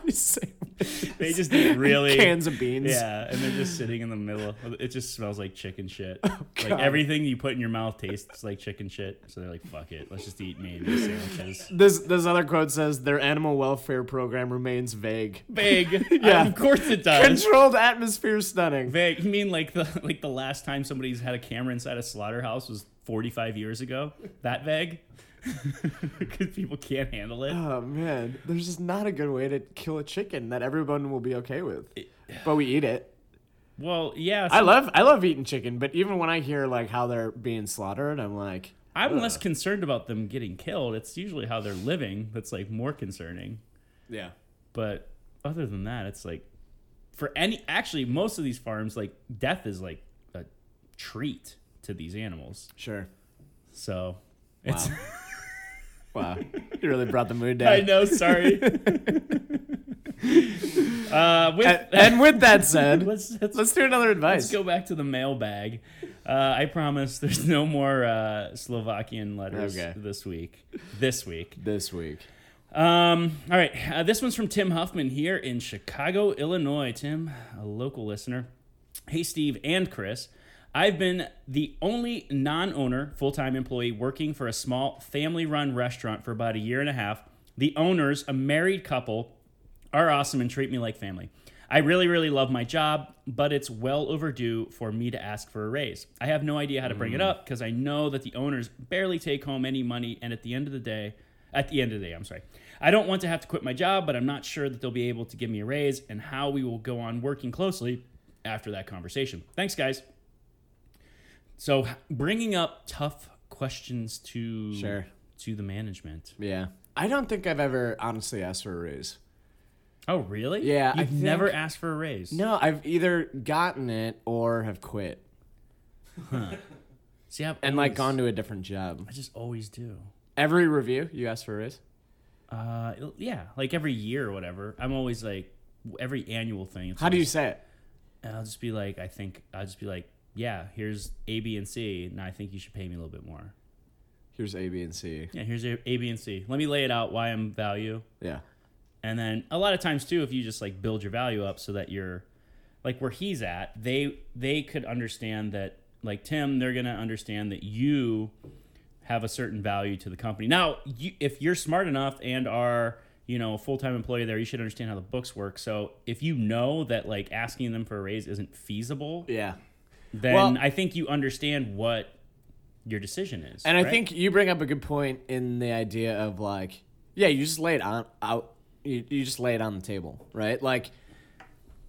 You say-
they just eat really
Cans of beans.
Yeah, and they're just sitting in the middle. It just smells like chicken shit.
Oh,
like everything you put in your mouth tastes like chicken shit. So they're like, "Fuck it, let's just eat mayonnaise sandwiches."
This this other quote says their animal welfare program remains vague.
Big,
Yeah.
of course it does.
Controlled atmosphere stunning.
Vague. You mean like the like the last time somebody's had a camera inside a slaughterhouse was 45 years ago? That vague? Because people can't handle it.
Oh man, there's just not a good way to kill a chicken that everyone will be okay with. But we eat it.
Well, yeah.
I
so
love I love eating chicken, but even when I hear like how they're being slaughtered, I'm like,
I'm less concerned about them getting killed. It's usually how they're living that's like more concerning.
yeah.
But other than that, it's like for any actually most of these farms like death is like a treat to these animals.
Sure.
So it's
Wow. you really brought the mood
I
down.
know, sorry. uh with
And, and with that said, let's,
let's, let's
do another advice.
Let's go back to the mailbag. Uh, I promise there's no more uh, Slovakian letters
Okay.
this week. This week.
This week.
Um, all right. Uh, this one's from Tim Huffman here in Chicago, Illinois. Tim, a local listener. Hey, Steve and Chris. I've been the only non owner, full time employee working for a small family run restaurant for about a year and a half. The owners, a married couple, are awesome and treat me like family. I really, really love my job, but it's well overdue for me to ask for a raise. I have no idea how to
Mm.
bring it up because I know that the owners barely take home any money, and at the end of the day, at the end of the day, I'm sorry. I don't want to have to quit my job, but I'm not sure that they'll be able to give me a raise and how we will go on working closely after that conversation. Thanks, guys. So, bringing up tough questions to
Sure.
to the management.
Yeah. I don't think I've ever honestly asked for a raise.
Oh, really?
Yeah, I
You've
think-
never asked for a raise.
No, I've either gotten it or have quit
See, I've
and like
always-
gone to a different job.
I just always do.
Every review, you ask for a raise.
Uh, yeah, like every year or whatever. I'm always like every annual thing. it's
How do you
always-
say it?
And I'll just be like, I think I'll just be like, yeah, here's A, B, and C, and I think you should pay me a little bit more.
Here's A, B, and C.
Yeah, here's A, A B, and C. Let me lay it out why I'm value,
Yeah.
and then a lot of times too, if you just like build your value up so that you're like where he's at, they they could understand that like Tim, they're gonna understand that you have a certain value to the company. Now, you, if you're smart enough and are you know a full time employee there, you should understand how the books work. So if you know that like asking them for a raise isn't feasible,
Yeah.
then
Well-
I think you understand what your decision is.
And I
right?
think you bring up a good point in the idea of like, yeah, you just lay it on out. You, you just lay it on the table, right? Like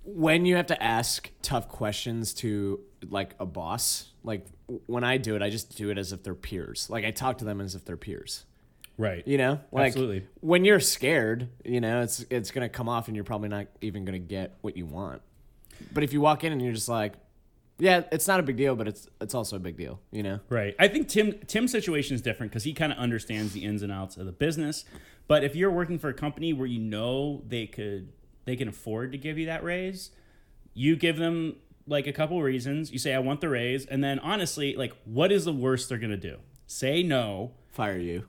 when you have to ask tough questions to like a boss, like w- when I do it, I just do it as if they're peers. Like I talk to them as if they're peers.
right.
You know, like
Absolutely.
when you're scared, you know, it's it's gonna come off, and you're probably not even gonna get what you want. But if you walk in and you're just like, yeah, it's not a big deal, but it's it's also a big deal, you know.
Right. I think Tim Tim's situation is different because he kind of understands the ins and outs of the business. But if you're working for a company where you know they could they can afford to give you that raise, you give them like a couple reasons. You say I want the raise, and then honestly, like what is the worst they're gonna do? Say no.
Fire you.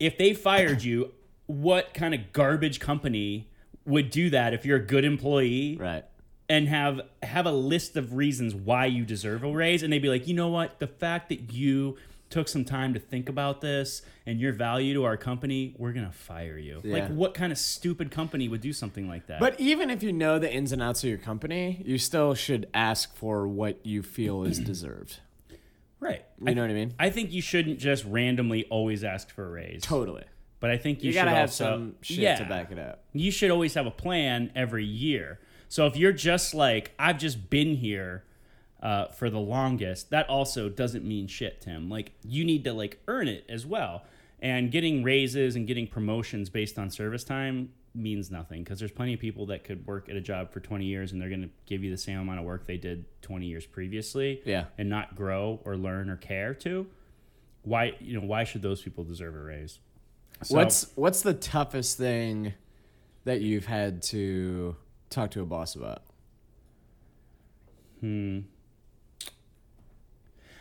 If they fired you, what kind of garbage company would do that if you're a good employee?
Right.
and have have a list of reasons why you deserve a raise and they'd be like you know what the fact that you took some time to think about this and your value to our company we're gonna fire you like
Yeah.
what kind of stupid company would do something like that
But even if you know the ins and outs of your company, you still should ask for what you feel is deserved.
right
You know what I mean?
I think you shouldn't just randomly always ask for a raise
Totally.
but I think you,
You
should
gotta have
also-
some shit
Yeah.
to back it up.
you should always have a plan every year. So if you're just like, I've just been here, uh, for the longest, that also doesn't mean shit, Tim. Like you need to like earn it as well. And getting raises and getting promotions based on service time means nothing because there's plenty of people that could work at a job for 20 years and they're going to give you the same amount of work they did 20 years previously
Yeah.
and not grow or learn or care to why you know why should those people deserve a raise So-
What's what's the toughest thing that you've had to talk to a boss about?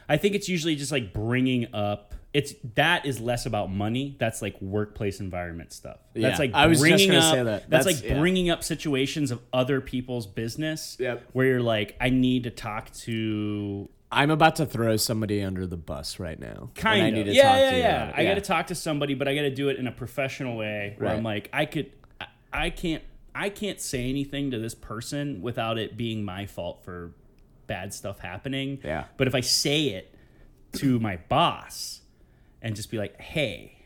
I think it's usually just like bringing up. It's that is less about money. That's like workplace environment stuff.
Yeah,
that's like
I was just
bringing
gonna
up.
say that.
That's,
That's-
like
yeah.
bringing up situations of other people's business.
Yep.
Where you're like, I need to talk to
I'm about to throw somebody under the bus right now. and
kind
I
of
need to
yeah
talk
yeah
to you
yeah.
about it.
I got to talk to somebody, but I got to do it in a professional way where
Right.
I'm like, I could, I, I can't, I can't say anything to this person without it being my fault for bad stuff happening.
Yeah.
But if I say it to my boss and just be like, hey,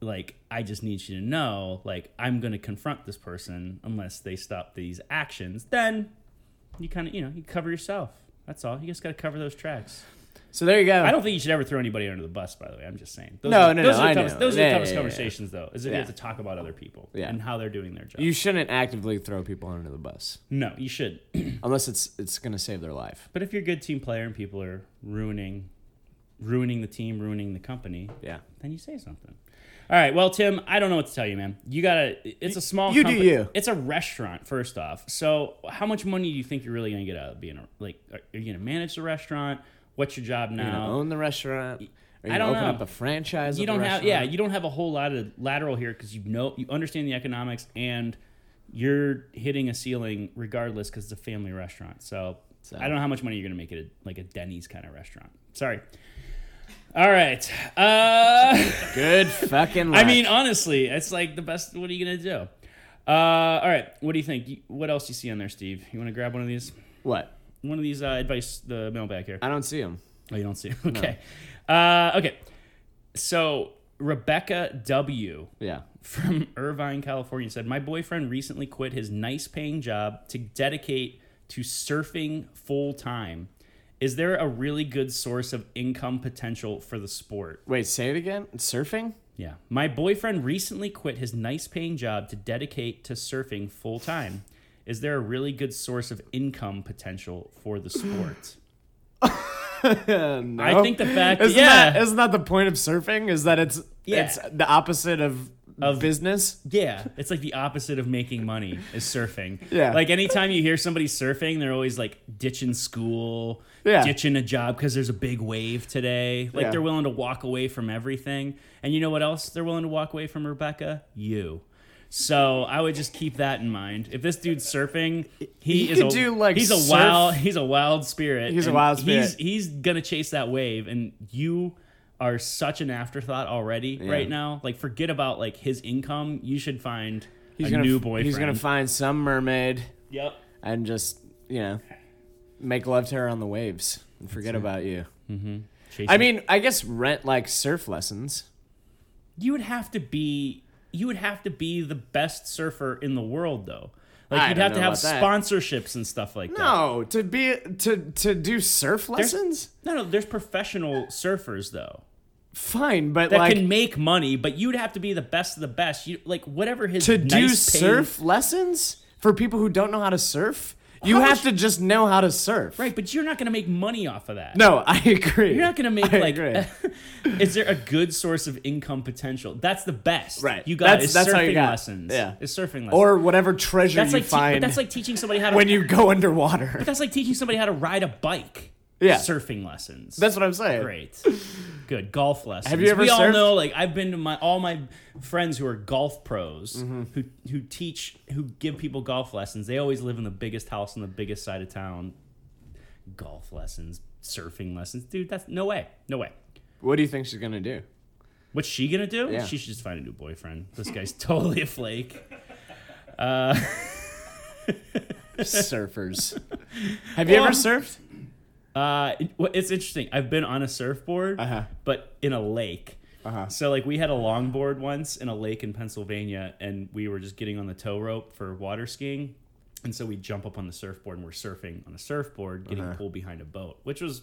like I just need you to know, like I'm gonna confront this person unless they stop these actions. Then you kind of, you know, you cover yourself. That's all. You just got to cover those tracks.
So there you go.
I don't think you should ever throw anybody under the bus. By the way, I'm just saying. Those
No,
are,
no,
those
no,
Are
I
the toughest,
know.
Those are
Yeah,
the
yeah,
toughest
yeah,
conversations, though, is if
Yeah.
you have to talk about other people
Yeah.
and how they're doing their job.
You shouldn't actively throw people under the bus
no, you should.
unless it's it's going to save their life.
But if you're a good team player and people are ruining, ruining the team, ruining the company,
Yeah.
then you say something. All right, well, Tim, I don't know what to tell you, man. You gotta. It's a small.
you do
company.
you.
It's a restaurant, first off. So, how much money do you think you're really gonna get out of being a like? Are, are you gonna manage the restaurant? What's your job now?
You know, own the restaurant. Or you
Um, I don't
open
know.
up a franchise.
you
of the
don't have yeah
restaurant.
you don't have a whole lot of lateral here because you know you understand the economics and you're hitting a ceiling regardless because it's a family restaurant so, i don't know how much money you're gonna make it a, like a denny's kind of restaurant sorry all right uh
Good fucking.
i
Life.
mean honestly it's like the best what are you gonna do uh all right what do you think You- what else you see on there steve you want to grab one of these
what?
one of these uh, advice the mailbag here
I don't see him.
Oh, you don't see. Okay. Uh, okay. So Rebecca W
Yeah.
from Irvine, California said, "My boyfriend recently quit his nice paying job to dedicate to surfing full time. Is there a really good source of income potential for the sport?"
Wait, say it again. Surfing?
Yeah. My boyfriend recently quit his nice paying job to dedicate to surfing full time. Is there a really good source of income potential for the sport?
No.
I think the fact
Isn't
yeah.
that isn't that the point of surfing? Is that it's
Yeah.
it's the opposite of, business?
Yeah, it's like the opposite of making money is surfing.
Yeah.
Like anytime you hear somebody surfing, they're always like ditching school,
Yeah.
ditching a job because there's a big wave today. Like
Yeah.
they're willing to walk away from everything. And you know what else they're willing to walk away from, Rebecca? You. So I would just keep that in mind. If this dude's surfing, he
He
is
could
a,
do, like,
he's a
surf-
wild he's a wild spirit.
He's a
and
wild
He's
spirit.
he's gonna chase that wave, and you are such an afterthought already right now. Like, forget about like his income. You should find a
gonna
new
f-
boyfriend.
He's gonna find some mermaid
Yep.
and just you know make love to her on the waves and forget about you.
Chase
I
it.
mean, I guess rent like surf lessons.
you would have to be you would have to be the best surfer in the world, though. Like,
I
you'd
don't
have to
know
have
about that.
sponsorships and stuff like that.
No, to be to to do surf lessons,
No, no, there's professional surfers though
fine, but
that
like
can make money, but you'd have to be the best of the best. You like whatever his
to do
nice paying-
surf lessons for people who don't know how to surf, you
How
have
much-
to just know how to surf.
right? But you're not going to make money off of that.
No, I agree.
You're not going to make
I
like.
agree.
is there a good source of income potential? That's the best.
Right.
You got
That's-
is
that's
surfing
how you got-
lessons.
yeah.
Is surfing lessons.
or whatever treasure
that's
you
like te- but
find
that's like teaching somebody how to
when you go underwater.
That's like teaching somebody how to ride a bike.
Yeah.
Surfing lessons.
That's what I'm saying.
great. Good golf lessons.
Have you ever
We all
surfed?
know, like I've been to my all my friends who are golf pros
Mm-hmm.
who who teach who give people golf lessons. They always live in the biggest house on the biggest side of town. Golf lessons, surfing lessons, dude. That's no way, no way.
What do you think she's gonna do?
What's she gonna do?
Yeah.
She should just find a new boyfriend. This guy's totally a flake.
Surfers. Have you
Well,
ever surfed?
Uh, it- well, it's interesting. I've been on a surfboard,
Uh-huh.
but in a lake.
Uh-huh.
So like we had a longboard once in a lake in Pennsylvania, and we were just getting on the tow rope for water skiing, And so we jump up on the surfboard and we're surfing on a surfboard, getting
Uh-huh.
pulled behind a boat, which was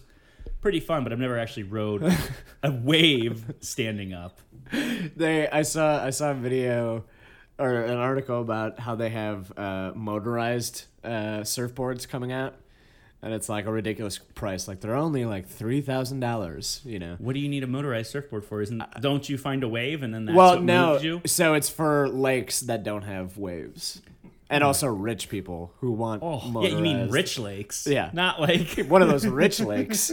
pretty fun. But I've never actually rode a wave standing up.
They, I saw, I saw a video or an article about how they have uh, motorized uh, surfboards coming out, and it's like a ridiculous price. Like they're only like three thousand dollars. You know.
What do you need a motorized surfboard for? Isn't don't you find a wave and then that's
Uh, well,
what
no.
moves you?
So it's for lakes that don't have waves, and also rich people who want.
Oh, yeah, you mean
motorized-
rich lakes?
Yeah.
not like
One of those rich lakes,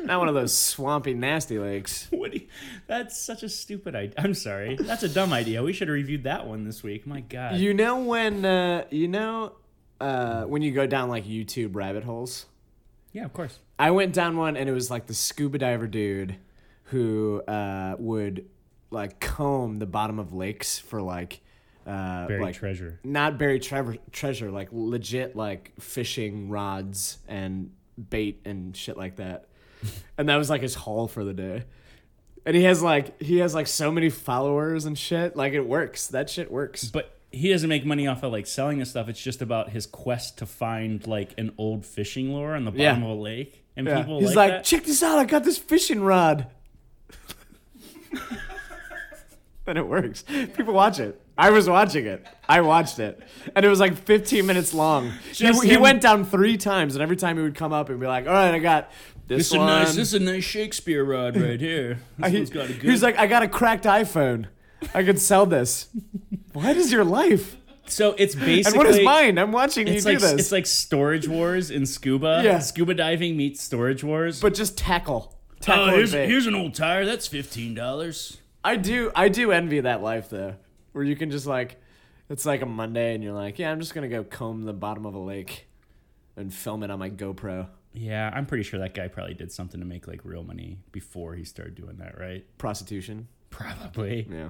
not one of those swampy, nasty lakes.
What do you- that's such a stupid idea. I'm sorry. That's a dumb idea. We should have reviewed that one this week. My God.
You know when uh, you know uh, when you go down like YouTube rabbit holes.
yeah, of course.
I went down one and it was like the scuba diver dude who uh, would like comb the bottom of lakes for like uh,
Buried
like,
treasure.
Not buried trev- treasure, like legit like fishing rods and bait and shit like that. and that was like his haul for the day. And he has like he has like so many followers and shit. Like it works. That shit works.
But he doesn't make money off of like selling this stuff. It's just about his quest to find like an old fishing lure on the
Yeah.
bottom of a lake. And
Yeah.
people
He's
like,
like,
that.
check this out. I got this fishing rod. and it works. People watch it. I was watching it. I watched it. And it was like 15 minutes long. He,
Just
he
him-
went down three times, and every time he would come up and be like, all right, I got this,
This is a
one.
nice this is a nice Shakespeare rod right here. This
He-
one's got a good
he was like, I got a cracked iPhone. I could sell this. what is your life?
So it's basically
And what is mine? I'm watching you
It's
do
like
this.
it's like storage wars in scuba.
Yeah.
Scuba diving meets storage wars.
but just tackle. Tackle
oh,
and
here's,
bait.
here's an old tire. That's fifteen dollars.
I do I do envy that life though, where you can just like it's like a Monday and you're like, yeah, I'm just gonna go comb the bottom of a lake and film it on my GoPro.
Yeah, I'm pretty sure that guy probably did something to make like real money before he started doing that, right?
Prostitution.
Probably.
Yeah.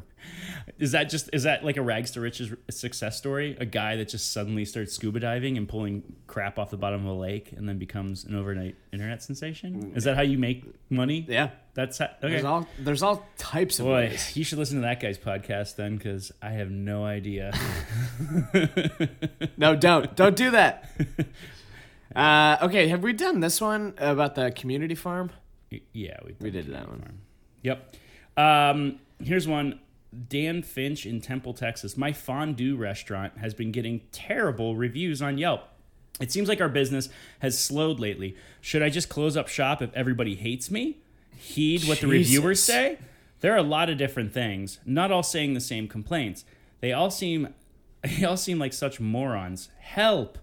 Is that just is that like a rags to riches success story? A guy that just suddenly starts scuba diving and pulling crap off the bottom of a lake and then becomes an overnight internet sensation? Is that how you make money?
Yeah.
That's how, okay.
There's all there's all types of
Boy,
ways.
you should listen to that guy's podcast then, because I have no idea.
No, don't. Don't do that. Uh, okay, have we done this one about the community farm?
yeah, we
We did that one.
Yep. Um, here's one. Dan Finch in Temple, Texas. My fondue restaurant has been getting terrible reviews on Yelp. It seems like our business has slowed lately. Should I just close up shop if everybody hates me? Heed what the reviewers
Jesus.
say? There are a lot of different things, not all saying the same complaints. They all seem they all seem like such morons. Help.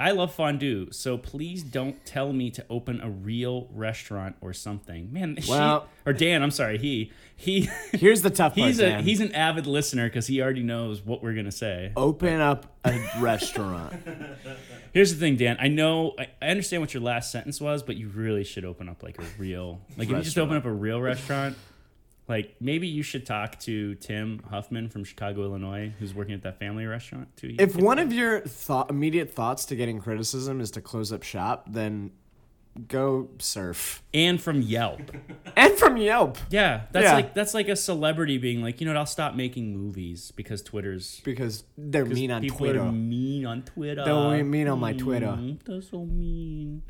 I love fondue, so please don't tell me to open a real restaurant or something. Man, she-
Well-
or Dan, I'm sorry, he he
Here's the tough part.
he's a
Dan.
he's an avid listener because he already knows what we're gonna say.
open up a restaurant.
Here's the thing, Dan. I know I, I understand what your last sentence was, but you really should open up like a real like if you just open up a real restaurant. Like maybe you should talk to Tim Huffman from Chicago, Illinois, who's working at that family restaurant too.
If one of your thought, immediate thoughts to getting criticism is to close up shop, then go surf.
and from Yelp,
And from Yelp,
yeah, that's
Yeah.
like that's like a celebrity being like, you know, what, I'll stop making movies because Twitter's
because they're mean on
people
Twitter.
are mean on Twitter.
They're mean on my Twitter.
Mm, They're so mean.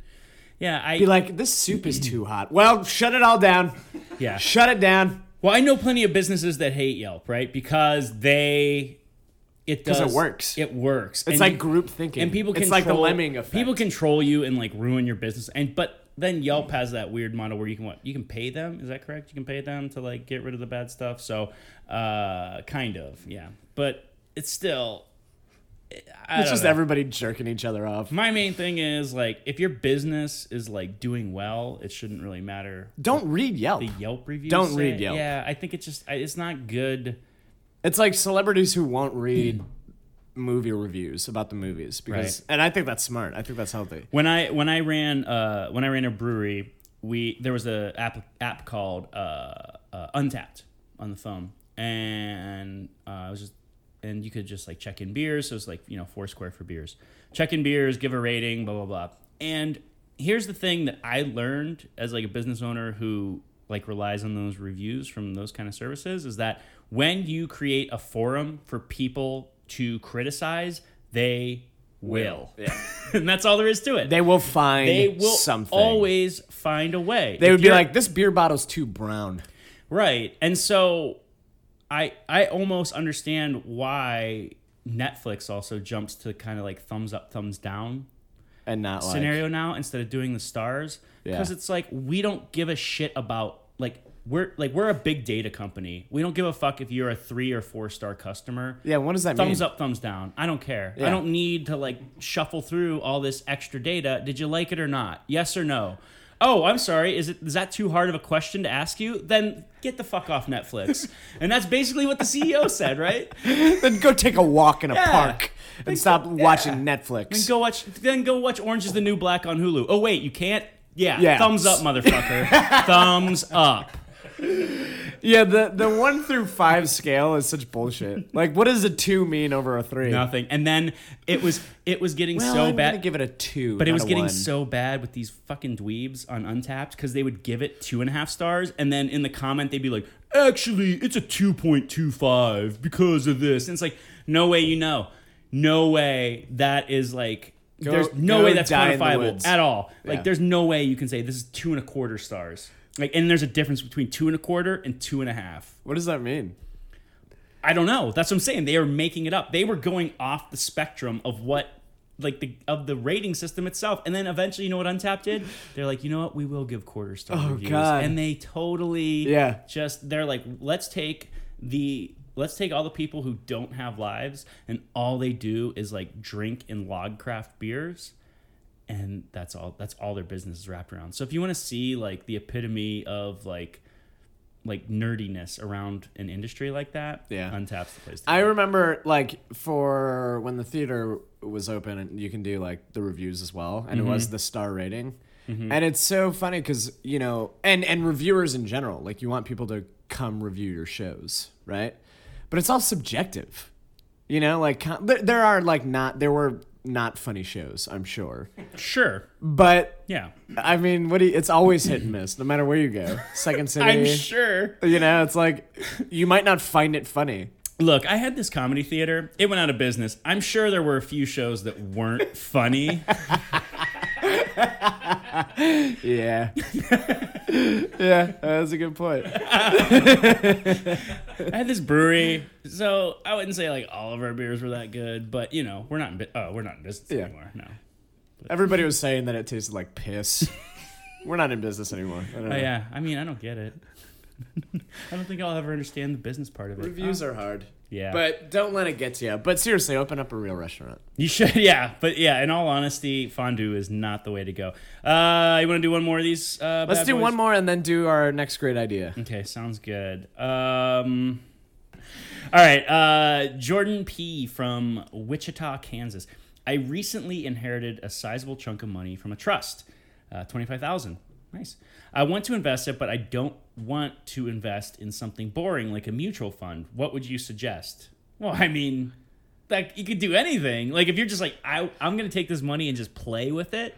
Yeah, I
Be like, this soup is too hot. Well, shut it all down.
yeah.
Shut it down.
Well, I know plenty of businesses that hate Yelp, right? Because they it
'Cause
does
it works.
It works.
It's
And
like
you-
group thinking.
and people
It's
control,
like the lemming effect.
People control you and like ruin your business. And but then Yelp has that weird model where you can what you can pay them. Is that correct? You can pay them to like get rid of the bad stuff. So, uh, kind of, yeah. But it's still. eh, I
it's
don't
just
know.
everybody jerking each other off.
My main thing is like if your business is like doing well, it shouldn't really matter.
Don't read Yelp.
The Yelp reviews.
Don't
say-
read Yelp.
Yeah, I think it's just I- it's not good.
It's like celebrities who won't read movie reviews about the movies because,
Right.
and I think that's smart. I think that's healthy.
When I when I ran uh, when I ran a brewery, we there was a app app called uh, uh, Untapped on the phone, and uh, I was just and you could just like check in beers. So it's like you know Foursquare for beers, check in beers, give a rating, blah blah blah. And here's the thing that I learned as like a business owner who like relies on those reviews from those kind of services is that when you create a forum for people to criticize, they will. Yeah. and that's all there is to it.
They will find
They will
something.
always find a way.
They
If
would be
you're-
like, this beer bottle's too brown.
Right. And so I I almost understand why Netflix also jumps to kind of like thumbs up, thumbs down
And not like.
scenario now instead of doing the stars
Yeah.
because it's like we don't give a shit about like we're like we're a big data company. We don't give a fuck if you're a 3 or 4 star customer.
Yeah, what does that mean?
Thumbs up, thumbs down. I don't care.
Yeah.
I don't need to like shuffle through all this extra data. Did you like it or not? Yes or no? Oh, I'm sorry. Is it is that too hard of a question to ask you? Then get the fuck off Netflix. and that's basically what the CEO said, right?
then go take a walk in a
Yeah.
park and stop watching Netflix.
Then go watch then go watch Orange is the New Black on Hulu. Oh wait, you can't? Yeah.
Yeah.
Thumbs up, motherfucker. Thumbs up.
yeah, the, the one through five scale is such bullshit. Like, what does a two mean over a three?
Nothing. And then it was it was getting
Well,
so
I'm
bad.
gonna give it a two,
But it
not
was
a
getting
one.
so bad with these fucking dweebs on Untapped because they would give it two and a half stars, and then in the comment they'd be like, "Actually, it's a two point two five because of this." And it's like, no way, you know, no way that is like.
Go-
there's no
go
way that's
die in the
quantifiable
woods.
at all. Like,
Yeah.
there's no way you can say this is two and a quarter stars. Like, and there's a difference between two and a quarter and two and a half.
What does that mean?
I don't know. That's what I'm saying. They are making it up. They were going off the spectrum of what like the of the rating system itself. And then eventually, you know what Untapped did? They're like, you know what, we will give quarter star
Oh,
reviews.
God.
And they totally
Yeah.
just they're like, let's take the let's take all the people who don't have lives and all they do is like drink and log craft beers and that's all that's all their business is wrapped around. So if you want to see like the epitome of like like nerdiness around an industry like that,
Yeah.
Untapped's the place. To
I remember like for when the theater was open and you can do like the reviews as well and it was the star rating. And it's so funny cuz you know and and reviewers in general like you want people to come review your shows, right? But it's all subjective. You know, like con- there, there are like not there were not funny shows, I'm sure.
sure,
But
yeah,
I mean, what do you, it's always hit and miss no matter where you go. Second City.
I'm sure.
you know, it's like you might not find it funny.
Look, I had this comedy theater. It went out of business. I'm sure there were a few shows that weren't funny.
Yeah. yeah, that's a good point.
I had this brewery, so I wouldn't say like all of our beers were that good, but you know, we're not in bu- oh, we're not in business
Yeah.
anymore. No.
Everybody was saying that it tasted like piss. We're not in business anymore. I don't know.
Oh yeah, I mean, I don't get it. I don't think I'll ever understand the business part of it.
Reviews are hard.
Yeah.
But don't let it get to you. But seriously, open up a real restaurant.
You should, yeah. But yeah, in all honesty, fondue is not the way to go. Uh, you want to do one more of these? Uh,
Let's
bad
do
boys?
one more and then do our next great idea.
Okay, sounds good. Um, all right, uh, Jordan P. from Wichita, Kansas. I recently inherited a sizable chunk of money from a trust, uh, twenty-five thousand. Nice. I want to invest it, but I don't want to invest in something boring like a mutual fund. What would you suggest? Well, I mean, like you could do anything. Like if you're just like, I, I'm going to take this money and just play with it.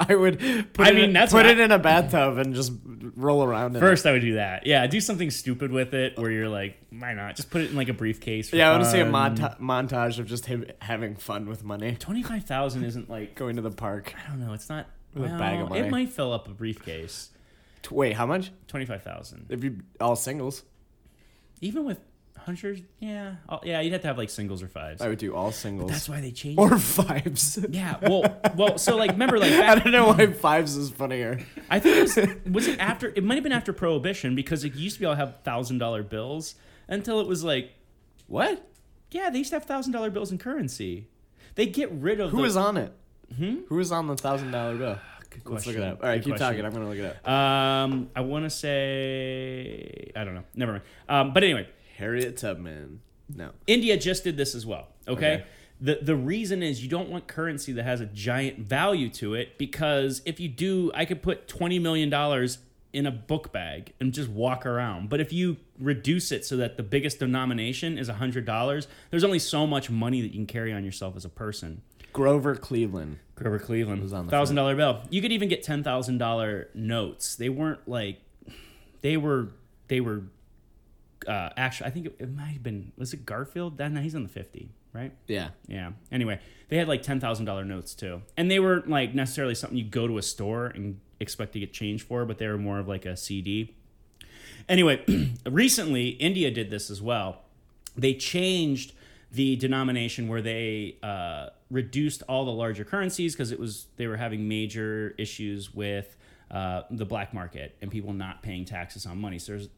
I would put,
I
it,
mean,
in-
that's
put
what
it in a bathtub and just roll around in it.
First, I would do that. Yeah, do something stupid with it where you're like, why not? Just put it in like a briefcase.
Yeah, I want to see a monta- montage of just him having fun with money,
Twenty-five thousand isn't like
going to the park.
I don't know. It's not.
a
well,
bag of money.
It might fill up a briefcase.
T- Wait, how much?
Twenty-five thousand,
If you all singles,
even with hunters. Yeah, I'll- yeah, you'd have to have like singles or fives.
I would do all singles
That's why they changed.
or
it.
fives.
yeah, well, well. So like, remember like
I
back,
don't know why fives is funnier.
I think it was, was it after? It might have been after Prohibition because it used to be all have thousand-dollar bills until it was like,
What?
yeah, they used to have thousand-dollar bills in currency. They get rid of
Who
the-
was on it? Who was on the thousand dollar bill? Let's look it
question.
up. All right,
Good
keep
question.
talking. I'm gonna look it up.
Um, I want to say I don't know. Never mind. Um, but anyway,
Harriet Tubman. No.
India just did this as well. Okay?
Okay.
The the reason is you don't want currency that has a giant value to it because if you do, I could put twenty million dollars in a book bag and just walk around. But if you reduce it so that the biggest denomination is hundred dollars, there's only so much money that you can carry on yourself as a person.
Grover Cleveland.
Grover Cleveland
was on the
thousand dollar bill. You could even get ten thousand dollar notes. They weren't like they were they were uh, actually, I think it, it might have been was it Garfield? That no, he's in the fifty, right?
Yeah.
Yeah. Anyway, they had like ten thousand dollar notes too, and they weren't like necessarily something you go to a store and expect to get change for, but they were more of like a CD. Anyway, recently India did this as well. They changed the denomination where they uh, reduced all the larger currencies because it was they were having major issues with uh, the black market and people not paying taxes on money. So there's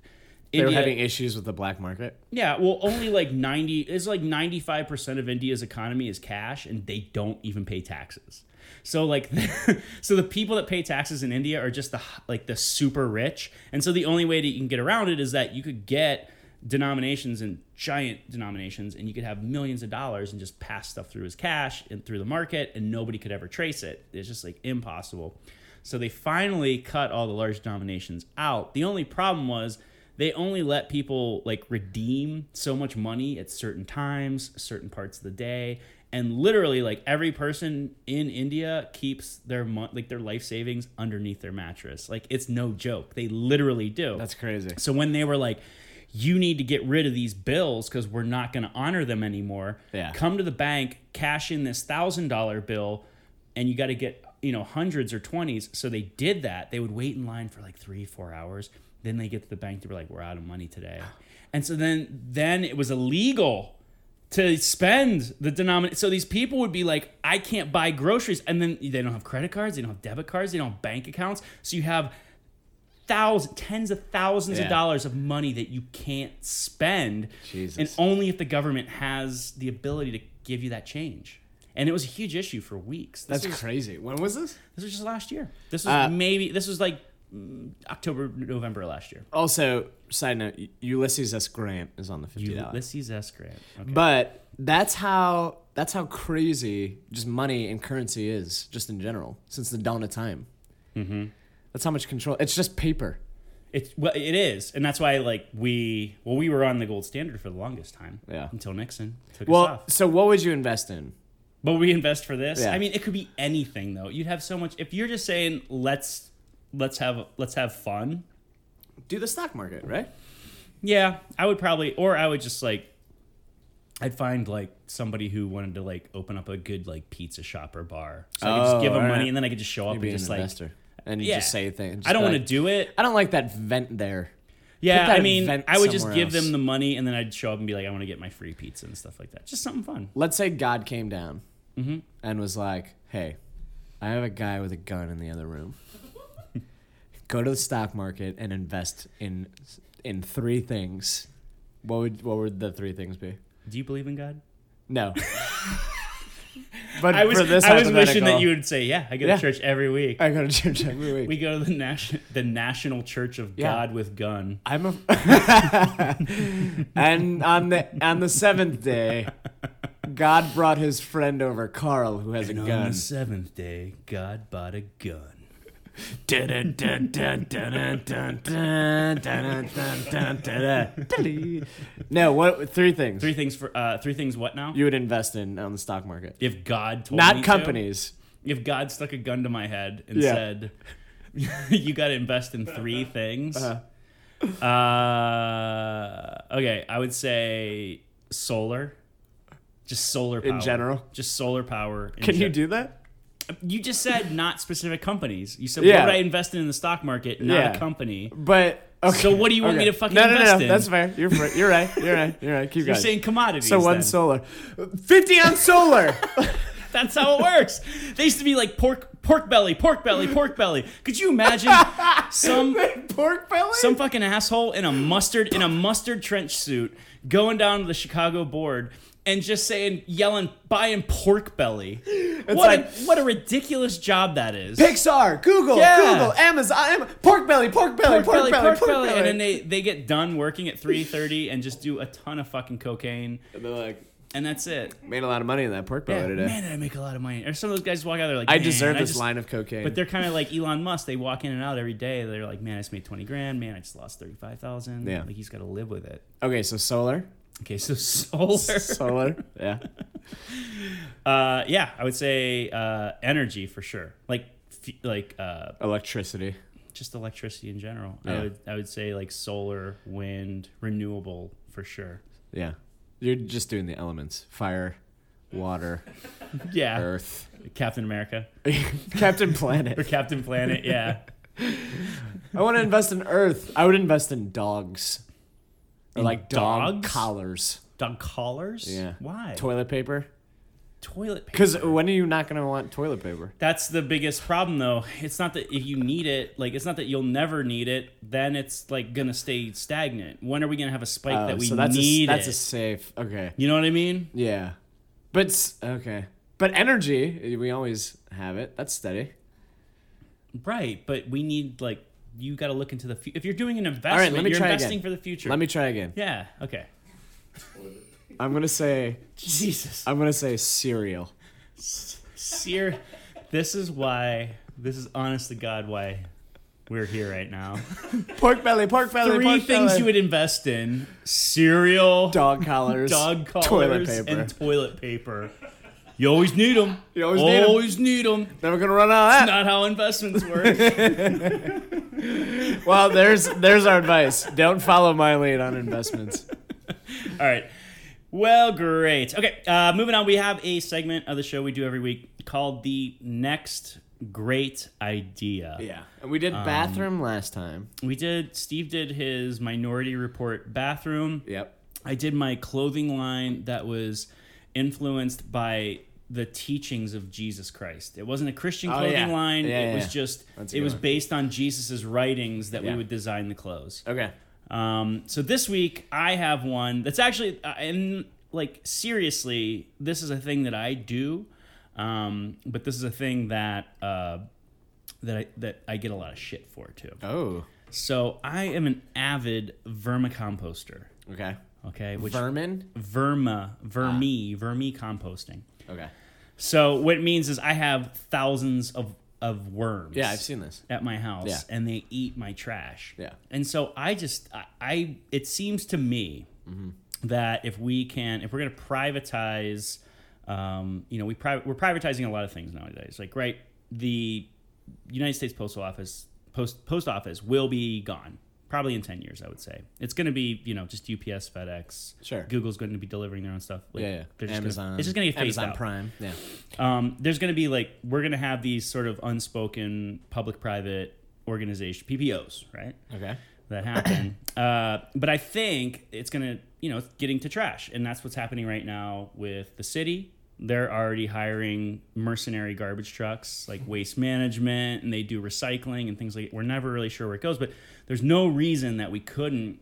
They were having issues with the black market.
yeah, well, only like 90, it's like 95% of India's economy is cash and they don't even pay taxes. So like, so the people that pay taxes in India are just the, h- like the super rich. And so the only way that you can get around it is that you could get denominations and giant denominations and you could have millions of dollars and just pass stuff through as cash and through the market and nobody could ever trace it. It's just like impossible. So they finally cut all the large denominations out. The only problem was they only let people like redeem so much money at certain times, certain parts of the day, and literally like every person in India keeps their mon- like their life savings underneath their mattress. Like it's no joke. They literally do.
That's crazy.
So when they were like, you need to get rid of these bills because we're not going to honor them anymore.
Yeah.
Come to the bank, cash in this thousand dollar bill, and you got to get you know hundreds or twenties. So they did that. They would wait in line for like three, four hours. Then they get to the bank. They were like, we're out of money today. And so then then it was illegal to spend the denominator. So these people would be like, I can't buy groceries, and then they don't have credit cards, they don't have debit cards, they don't have bank accounts. So you have thousands, tens of thousands
Yeah.
of dollars of money that you can't spend,
Jesus.
and only if the government has the ability to give you that change. And it was a huge issue for weeks. This
That's
was,
crazy. When was this?
this was just last year. This was
Uh,
maybe this was like mm, October, November of last year.
Also, side note, U- Ulysses S. Grant is on the fifty dollars.
Ulysses S. Grant. Okay.
But that's how that's how crazy just money and currency is, just in general, since the dawn of time. Mm-hmm. That's how much control. It's just paper.
It's well, it is, and that's why like we well we were on the gold standard for the longest time.
Yeah.
Until Nixon took us
Well,
off.
so what would you invest in?
But we invest for this.
Yeah.
I mean, it could be anything though. You'd have so much. If you're just saying let's let's have let's have fun.
Do the stock market, right?
Yeah, I would probably, or I would just like, I'd find like somebody who wanted to like open up a good like pizza shop or bar, so I could
Oh,
just give them
alright.
money and then I could just show up
You'd
and
be an
just like,
investor, and you
yeah,
just say things.
I don't want to
to
do it.
I don't like that vent there.
Yeah,
that
I mean,
event
I would just
somewhere
give
else.
them the money and then I'd show up and be like, I want to get my free pizza and stuff like that. Just something fun.
Let's say God came down
Mm-hmm.
and was like, "Hey, I have a guy with a gun in the other room. Go to the stock market and invest in in three things. What would what would the three things be?
Do you believe in God?
No. but
I was,
for this
I was wishing
hypothetical,
that you would say, yeah, I go
Yeah.
to church every week.
I go to church every week.
We go to the national, the National Church of
Yeah.
God with gun.
I'm a. and on the on the seventh day, God brought his friend over, Carl, who has a
And on
gun.
the seventh day, God bought a gun.
no, what three things
Three things for uh, three things. What now?
you would invest in on the stock market?
if God told me
Not
to.
companies.
if God stuck a gun to my head and
Yeah.
said, "You got to invest in three things."
Uh-huh.
Uh, okay, I would say solar. Just solar power.
In general?
Just solar power. in
Can you
gen-
do that?
You just said not specific companies. You said
Yeah.
what would I invest in in the stock market, not
Yeah.
a company.
But okay.
So what do you want me
okay.
to fucking
no, no, no,
invest
no.
in?
That's fair. You're fr- you're right. You're right. You're right. Keep
You're
going.
saying commodities.
so one
then.
solar, fifty on solar.
That's how it works. They used to be like pork, pork belly, pork belly, pork belly. Could you imagine some
Pork belly.
some fucking asshole in a mustard in a mustard trench suit going down to the Chicago board and just saying yelling buying pork belly. what
like-
a, what a ridiculous job that is.
Pixar, Google,
Yeah.
Google, Amazon, Am- pork belly, pork belly, pork, belly, pork, belly.
and then they, they get done working at 3.30 and just do a ton of fucking cocaine
are like,
and that's it
made a lot of money in that pork belly
yeah,
today.
man did i make a lot of money or some of those guys walk out there like
I
"Man,
deserve this
just-
line of cocaine.
But they're kind of like Elon Musk. They walk in and out every day. They're like, man, I just made twenty grand. Man, I just lost thirty five thousand.
Yeah.
like he's got to live with it.
okay, so solar,
Okay, so solar.
solar, yeah,
uh, yeah, I would say uh, energy for sure. Like, f- like uh,
electricity.
just electricity in general. I
Yeah.
would I would say like solar, wind, renewable for sure.
Yeah. You're just doing the elements fire, water,
Yeah.
earth,
Captain America
Captain
or
Planet.
Captain Planet, yeah.
I want to invest in earth. I would invest in dogs. Or like dog
dogs?
collars.
Dog collars?
Yeah.
Why?
Toilet paper.
Toilet paper.
Because when are you not going to want toilet paper?
That's the biggest problem, though. It's not that if you need it, like it's not that you'll never need it. Then it's like gonna stay stagnant. When are we gonna have a spike
Oh,
that we
so that's a,
need
that's a
it?
safe. Okay.
you know what I mean?
Yeah. But s- okay. But energy, we always have it. That's steady.
Right, but we need like you got to look into the future. If you're doing an investment,
All right, let me
you're
try
investing
again.
for the future.
Let me try again.
Yeah. Okay.
I'm gonna say
Jesus.
I'm gonna say cereal.
Sear. This is why. This is honest to God why we're here right now.
Pork belly, pork belly,
Three
pork
things
belly.
you would invest in: cereal,
dog collars,
dog collars,
toilet paper.
and toilet paper. You always need them.
You always need 'em.
need them.
Never gonna run out of that.
Not how investments work.
Well, there's there's our advice. Don't follow my lead on investments.
All right. Well, great. Okay, uh, moving on. We have a segment of the show we do every week called the Next Great Idea.
Yeah, and we did
Um,
bathroom last time.
We did. Steve did his Minority Report bathroom.
Yep.
I did my clothing line that was influenced by the teachings of Jesus Christ. It wasn't a Christian
Oh,
clothing
yeah.
line.
Yeah,
it
yeah,
was
yeah.
just
That's a
it
good
was
one.
based on Jesus's writings that we
Yeah.
would design the clothes.
Okay.
Um, so this week I have one that's actually uh, and like seriously, this is a thing that I do, um, but this is a thing that uh, that I that I get a lot of shit for too.
Oh.
So I am an avid vermicomposter.
Okay.
Okay, which
Vermin.
verma vermi
Ah.
vermicomposting.
Okay.
So what it means is I have thousands of of worms
Yeah, I've seen this.
at my house
Yeah.
and they eat my trash.
Yeah.
And so I just I, I it seems to me
Mm-hmm.
that if we can if we're going to privatize um, you know, we pri- we're privatizing a lot of things nowadays. Like right the United States Postal Office post post office will be gone probably in 10 years I would say. It's going to be, you know, just UPS, FedEx.
Sure.
Google's going to be delivering their own stuff. Like,
Yeah.
they're
yeah.
just
Amazon.
Gonna, it's just going to get phased
Amazon
out
Prime. Yeah.
um, there's going to be like we're going to have these sort of unspoken public-private organization PPOs, right?
Okay.
That happen. uh, but I think it's going to, you know, it's getting to trash, and that's what's happening right now with the city. They're already hiring mercenary garbage trucks, like waste management, and they do recycling and things like. We're never really sure where it goes, but there's no reason that we couldn't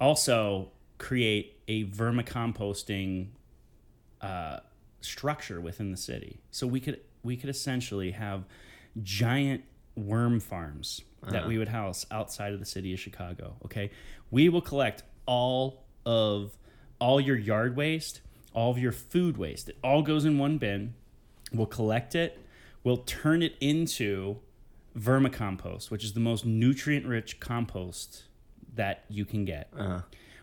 also create a vermicomposting uh, structure within the city. So we could we could essentially have giant worm farms that we would house outside of the city of Chicago. Okay, we will collect all of all your yard waste, all of your food waste. It all goes in one bin. We'll collect it. We'll turn it into vermicompost, which is the most nutrient rich compost that you can get.
Uh-huh.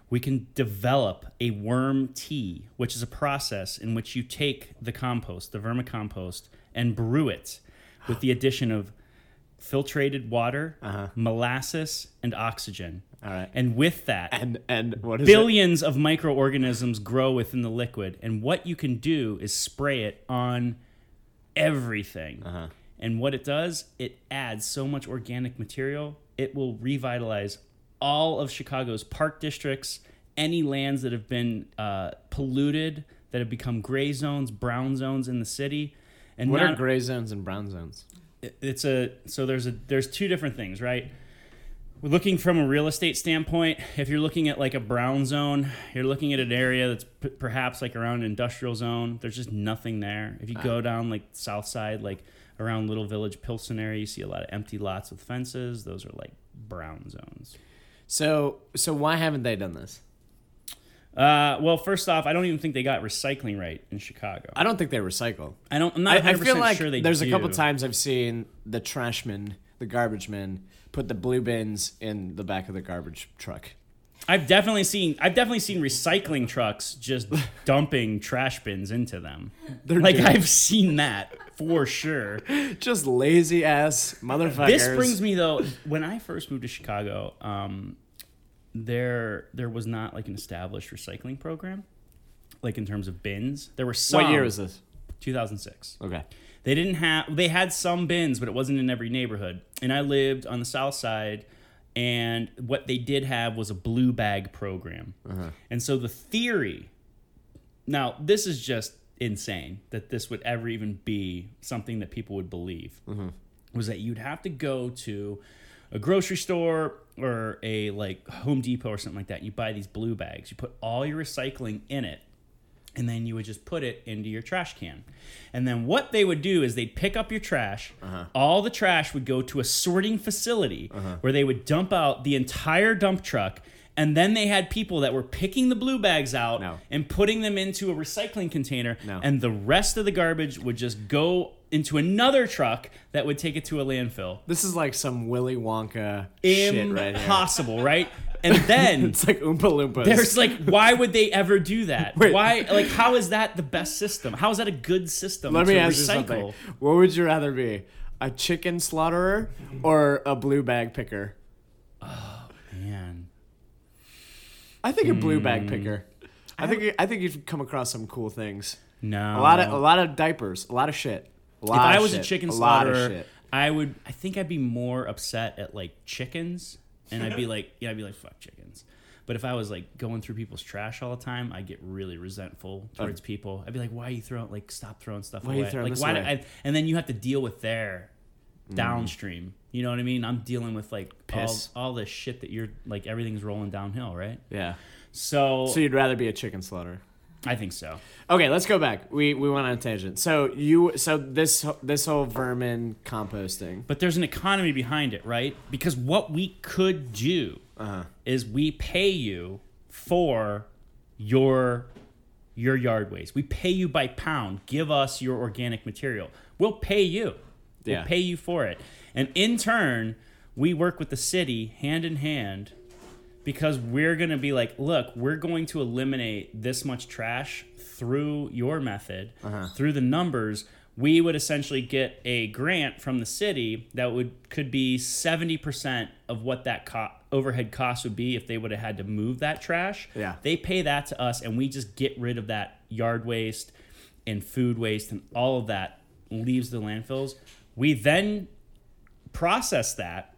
We can develop a worm tea, which is a process in which you take the compost, the vermicompost, and brew it with the addition of filtrated water, molasses, and oxygen.
Uh-huh. All right.
And with that,
And and what is it?
billions of microorganisms grow within the liquid and what you can do is spray it on everything
Uh-huh.
and what it does it adds so much organic material it will revitalize all of chicago's park districts any lands that have been uh, polluted that have become gray zones brown zones in the city and
What
not,
are gray zones and brown zones?
it's a so there's a there's two different things right We're looking from a real estate standpoint if you're looking at like a brown zone you're looking at an area that's p- perhaps like around an industrial zone there's just nothing there if you go down like south side like around little village pilsen area you see a lot of empty lots with fences those are like brown zones
So so why haven't they done this?
uh, well first off i don't even think they got recycling right in chicago
I don't think they recycle.
i don't i'm not
I, I
100%
feel like
sure they
there's a couple
do.
times I've seen the trashmen, the garbage men, put the blue bins in the back of the garbage truck.
I've definitely seen I've definitely seen recycling trucks just dumping trash bins into them.
They're
like
doing-
I've seen that for sure.
Just lazy ass motherfuckers.
This brings me though, when I first moved to Chicago, um, there there was not like an established recycling program, like in terms of bins. There were some.
What year was this?
2006.
Okay.
They didn't have they had some bins, but it wasn't in every neighborhood. And I lived on the south side and what they did have was a blue bag program.
Uh-huh.
And so the theory now this is just insane that this would ever even be something that people would believe was that you'd have to go to a grocery store or a like Home Depot or something like that. And you buy these blue bags. You put all your recycling in it and then you would just put it into your trash can. And then what they would do is they'd pick up your trash. All the trash would go to a sorting facility where they would dump out the entire dump truck. And then they had people that were picking the blue bags out
No.
and putting them into a recycling container.
No.
And the rest of the garbage would just go into another truck that would take it to a landfill.
This is like some Willy Wonka shit right here.
Impossible, right? And then
It's like Oompa Loompas.
there's like, why would they ever do that?
Wait.
Why, like, how is that the best system? How is that a good system
Let
to
me ask you
recycle?
something. What would you rather be, a chicken slaughterer or a blue bag picker?
Man,
I think a blue
Hmm.
bag picker. I think I think you've come across some cool things.
no.
A lot of a lot of diapers, a lot of shit. A
If
lot
I
of
was
shit,
a chicken
lot of
slaughterer,
shit.
I would. I think I'd be more upset at like chickens, and I'd be like, yeah, I'd be like, fuck chickens. But if I was like going through people's trash all the time, I'd get really resentful towards people. I'd be like, why are you throwing? Like, stop throwing stuff
Why are
away.
you throwing
like,
this
why? do
away? Mm.
I, and then you have to deal with their downstream. You know what I mean? I'm dealing with like all,
Piss.
all this shit that you're like everything's rolling downhill, right?
Yeah.
So,
So you'd rather be a chicken slaughterer.
I think so.
Okay, let's go back. We we went on a tangent. So you so this this whole vermin composting.
But there's an economy behind it, right? Because what we could do is we pay you for your your yard waste. We pay you by pound. Give us your organic material. We'll pay you.
Yeah.
We'll pay you for it. And in turn, we work with the city hand in hand because we're going to be like, look, we're going to eliminate this much trash through your method, through the numbers. We would essentially get a grant from the city that would could be seventy percent of what that co- overhead cost would be if they would have had to move that trash.
Yeah.
they pay that to us, and we just get rid of that yard waste and food waste and all of that leaves the landfills. We then process that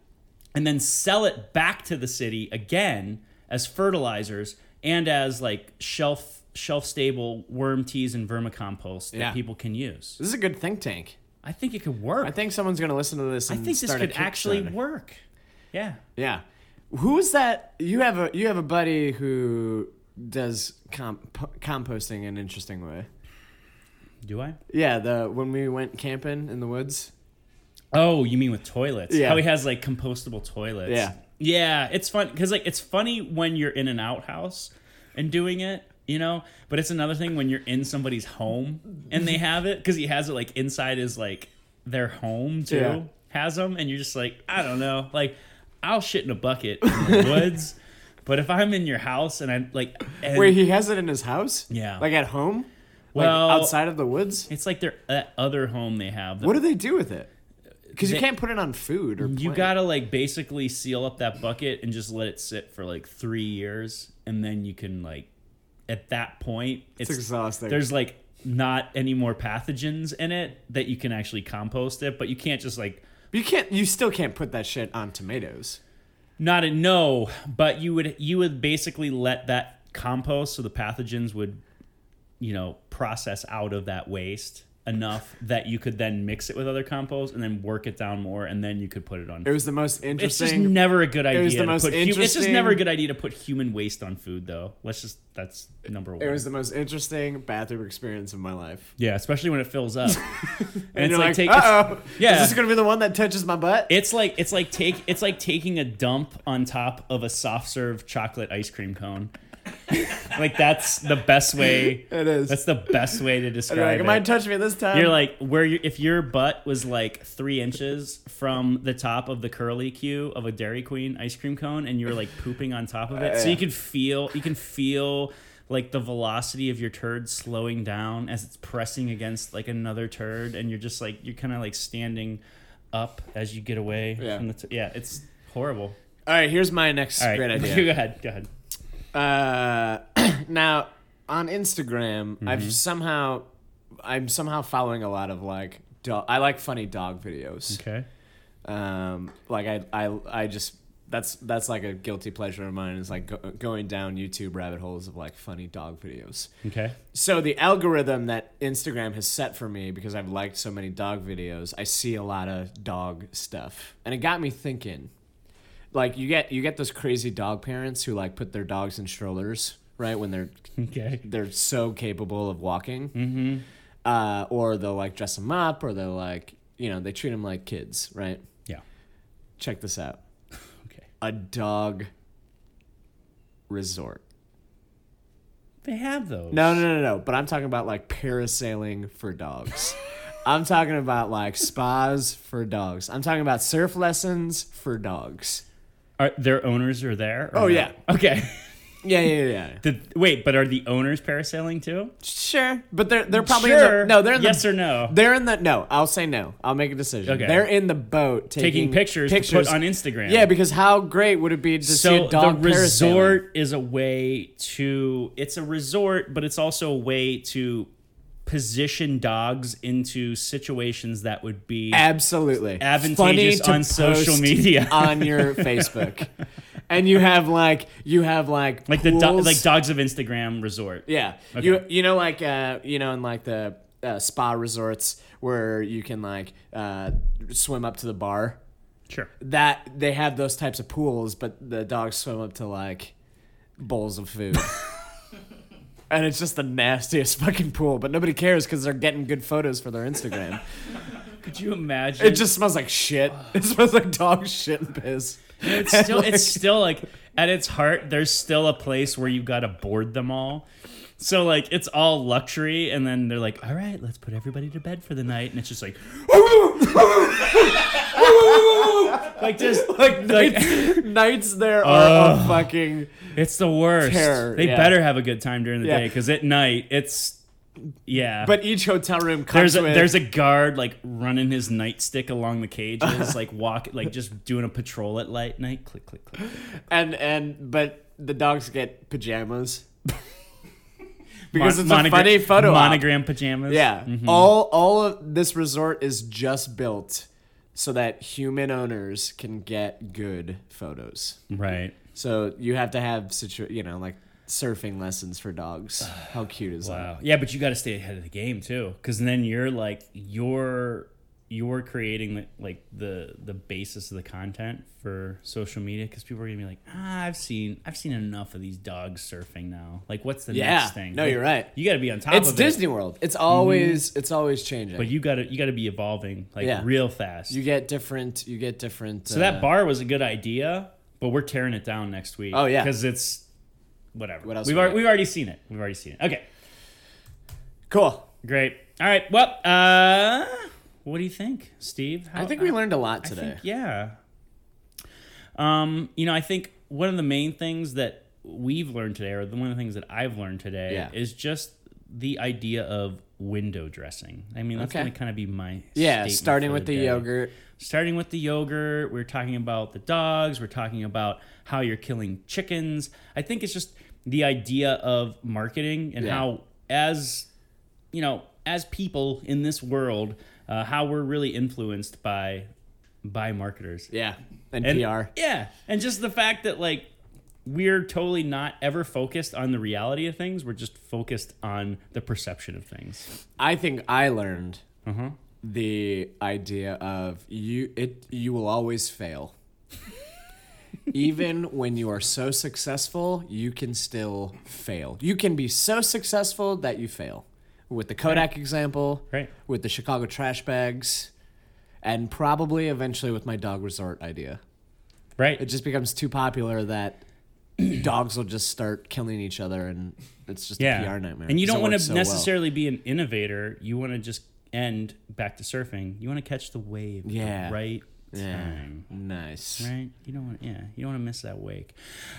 and then sell it back to the city again as fertilizers and as like shelf shelf stable worm teas and vermicompost that
Yeah.
people can use.
This is a good think tank.
I think it could work.
I think someone's gonna listen to this.
I
And
think this
start a
could actually
Kickstarter.
work. Yeah.
Yeah. Who is that? You have a you have a buddy who does comp- composting in an interesting way.
Do I?
Yeah, the when we went camping in the woods.
Oh, you mean with toilets?
Yeah.
How he has like compostable toilets.
Yeah.
Yeah, it's fun because like it's funny when you're in an outhouse and doing it, you know. But it's another thing when you're in somebody's home and they have it because he has it like inside his like their home too
Yeah.
has them, and you're just like I don't know, like I'll shit in a bucket in the woods. But if I'm in your house and I'm like, and
Wait, he has it in his house?
Yeah.
Like at home?
Well-
like outside of the woods?
it's like their that other home they have. that
What do they do with it? Because you
They-
can't put it on food or
You
plant.
gotta like basically seal up that bucket and just let it sit for like three years, and then you can like, at that point, it's,
exhausting.
There's like not any more pathogens in it that you can actually compost it, but you can't just like
You can't. You still can't put that shit on tomatoes.
not a no, but you would you would basically let that compost so the pathogens would, you know, process out of that waste enough that you could then mix it with other compost and then work it down more, and then you could put it on
It was the most
It's just
interesting.
never a good idea.
was the
to
most
put hu- it's just
interesting-
never a good idea to put human waste on food, though. Let's just that's number one.
it was the most interesting bathroom experience of my life.
yeah, especially when it fills up. and, it's
You're
like,
like,
take, it's,
uh oh,
yeah.
is this gonna be the one that touches my butt?
it's like it's like take it's like taking a dump on top of a soft serve chocolate ice cream cone. like that's the best way.
It is.
That's the best way to
And you're
describe
like, it
it.
might touch me this time.
You're like where you if your butt was like three inches from the top of the curly Q of a Dairy Queen ice cream cone, and you were like pooping on top of it, so you could feel you can feel like the velocity of your turd slowing down as it's pressing against like another turd, and you're just like you're kind of like standing up as you get away
Yeah.
from the t- yeah. It's horrible.
All right, here's my next
All right,
great
go
idea.
ahead, go ahead.
Uh, now on Instagram, I've somehow I'm somehow following a lot of like dog. I like funny dog videos.
Okay.
Um, like I I I just that's that's like a guilty pleasure of mine is like go, going down YouTube rabbit holes of like funny dog videos.
Okay.
So the algorithm that Instagram has set for me because I've liked so many dog videos, I see a lot of dog stuff. And it got me thinking. Like you get you get those crazy dog parents who like put their dogs in strollers, right? When they're
Okay.
they're so capable of walking. Mm-hmm. Uh, or they'll like dress them up or they'll like, you know, they treat them like kids, right?
Yeah.
Check this out.
Okay.
A dog resort.
They have those.
No, no, no, no. But I'm talking about like parasailing for dogs. I'm talking about like spas for dogs. I'm talking about surf lessons for dogs.
Are their owners are there? or
Oh,
not?
yeah.
Okay.
Yeah, yeah, yeah. yeah.
The, wait, but are the owners parasailing too?
Sure, but they're they're probably In
Sure.
the, no. They're in
Yes
the,
or no?
They're in the no. I'll say no. I'll make a decision.
Okay.
They're in the boat
Taking
taking,
pictures to put on Instagram.
Yeah, because how great would it be to see
so
a dog
the
parasailing?
resort is a way to it's a resort but it's also a way to position dogs into situations that would be
Absolutely.
Advantageous
Funny to
on social
post
media.
on your Facebook. And you have like you have like
like the do-
pools.
like dogs of instagram resort
Yeah. You you know like uh you know in like the uh, spa resorts where you can like uh swim up to the bar.
sure
That they have those types of pools, but the dogs swim up to like bowls of food. And it's just the nastiest fucking pool, but nobody cares because they're getting good photos for their Instagram.
could you imagine
It just smells like shit. It smells like dog shit and piss.
it's still it's still like at its heart there's still a place where you gotta board them all so like it's all luxury and then they're like all right let's put everybody to bed for the night and it's just like like just
Like,
Like-
nights, nights there are a fucking
It's the worst.
Terror,
they
yeah.
better have a good time during the
Yeah.
day because at night it's yeah.
But each hotel room comes
there's a,
with
there's a guard like running his nightstick along the cages, like walk like just doing a patrol at light night. Click click click.
and and but the dogs get pajamas
Mon- Mm-hmm.
because it's
monogra-
a funny photo. op.
Monogram pajamas.
Yeah, all all of this resort is just built so that human owners can get good photos.
Right.
So you have to have situ you know like surfing lessons for dogs. How cute is
Wow. Yeah, but you got to stay ahead of the game too, because then you're like you're you're creating the, like the the basis of the content for social media because people are gonna be like, ah, I've seen I've seen enough of these dogs surfing now. Like, what's the
Yeah.
next thing?
No,
Like,
you're right.
You got to be on top
that? It's
of
Disney
it,
World. It's always it's always changing.
Mm-hmm. but you got to you got to be evolving like
Yeah.
real fast.
you get different. You get different. uh,
so that bar was a good idea, but we're tearing it down next week.
Oh, yeah.
because it's whatever.
What else
We've
we
already,
got?
we've already seen it. We've already seen it. Okay.
cool.
Great. All right. Well, uh, what do you think, Steve? How,
I think we learned a
Oh,
lot
I
today.
think, yeah. Um, you know, I think one of the main things that we've learned today, or the one of the things that I've learned today,
Yeah.
is just the idea of window dressing. I mean, that's
Okay.
going to kind of be my
Yeah,
statement
starting
for
with the
day.
yogurt.
Starting with the yogurt, we're talking about the dogs. We're talking about how you're killing chickens. I think it's just the idea of marketing and
Yeah.
how, as you know, as people in this world, uh, how we're really influenced by by marketers.
Yeah, and,
And-
PR.
Yeah, and just the fact that like we're totally not ever focused on the reality of things. We're just focused on the perception of things.
I think I learned
Mm-hmm.
the idea of you. It you will always fail. Even when you are so successful, you can still fail. You can be so successful that you fail. With the Kodak example,
Right.
with the Chicago trash bags, and probably eventually with my dog resort idea.
Right.
It just becomes too popular that dogs will just start killing each other, and it's just a PR nightmare.
And you
It
don't
doesn't
want to
work so well.
necessarily be an innovator. You want to just end back to surfing. You want to catch the wave, the
Yeah.
right time.
Nice.
Right? You don't want, yeah, you don't want to miss that wake.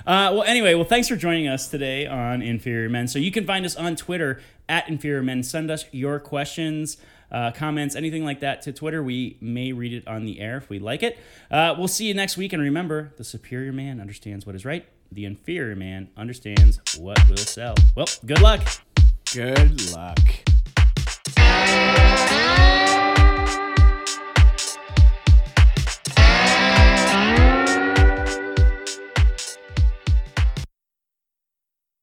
Uh, well, anyway, well, thanks for joining us today on Inferior Men. So you can find us on Twitter at Inferior Men. Send us your questions, uh, comments, anything like that to Twitter. We may read it on the air if we like it. Uh, we'll see you next week, and remember, the superior man understands what is right. The inferior man understands what will sell. Well, good luck.
Good luck.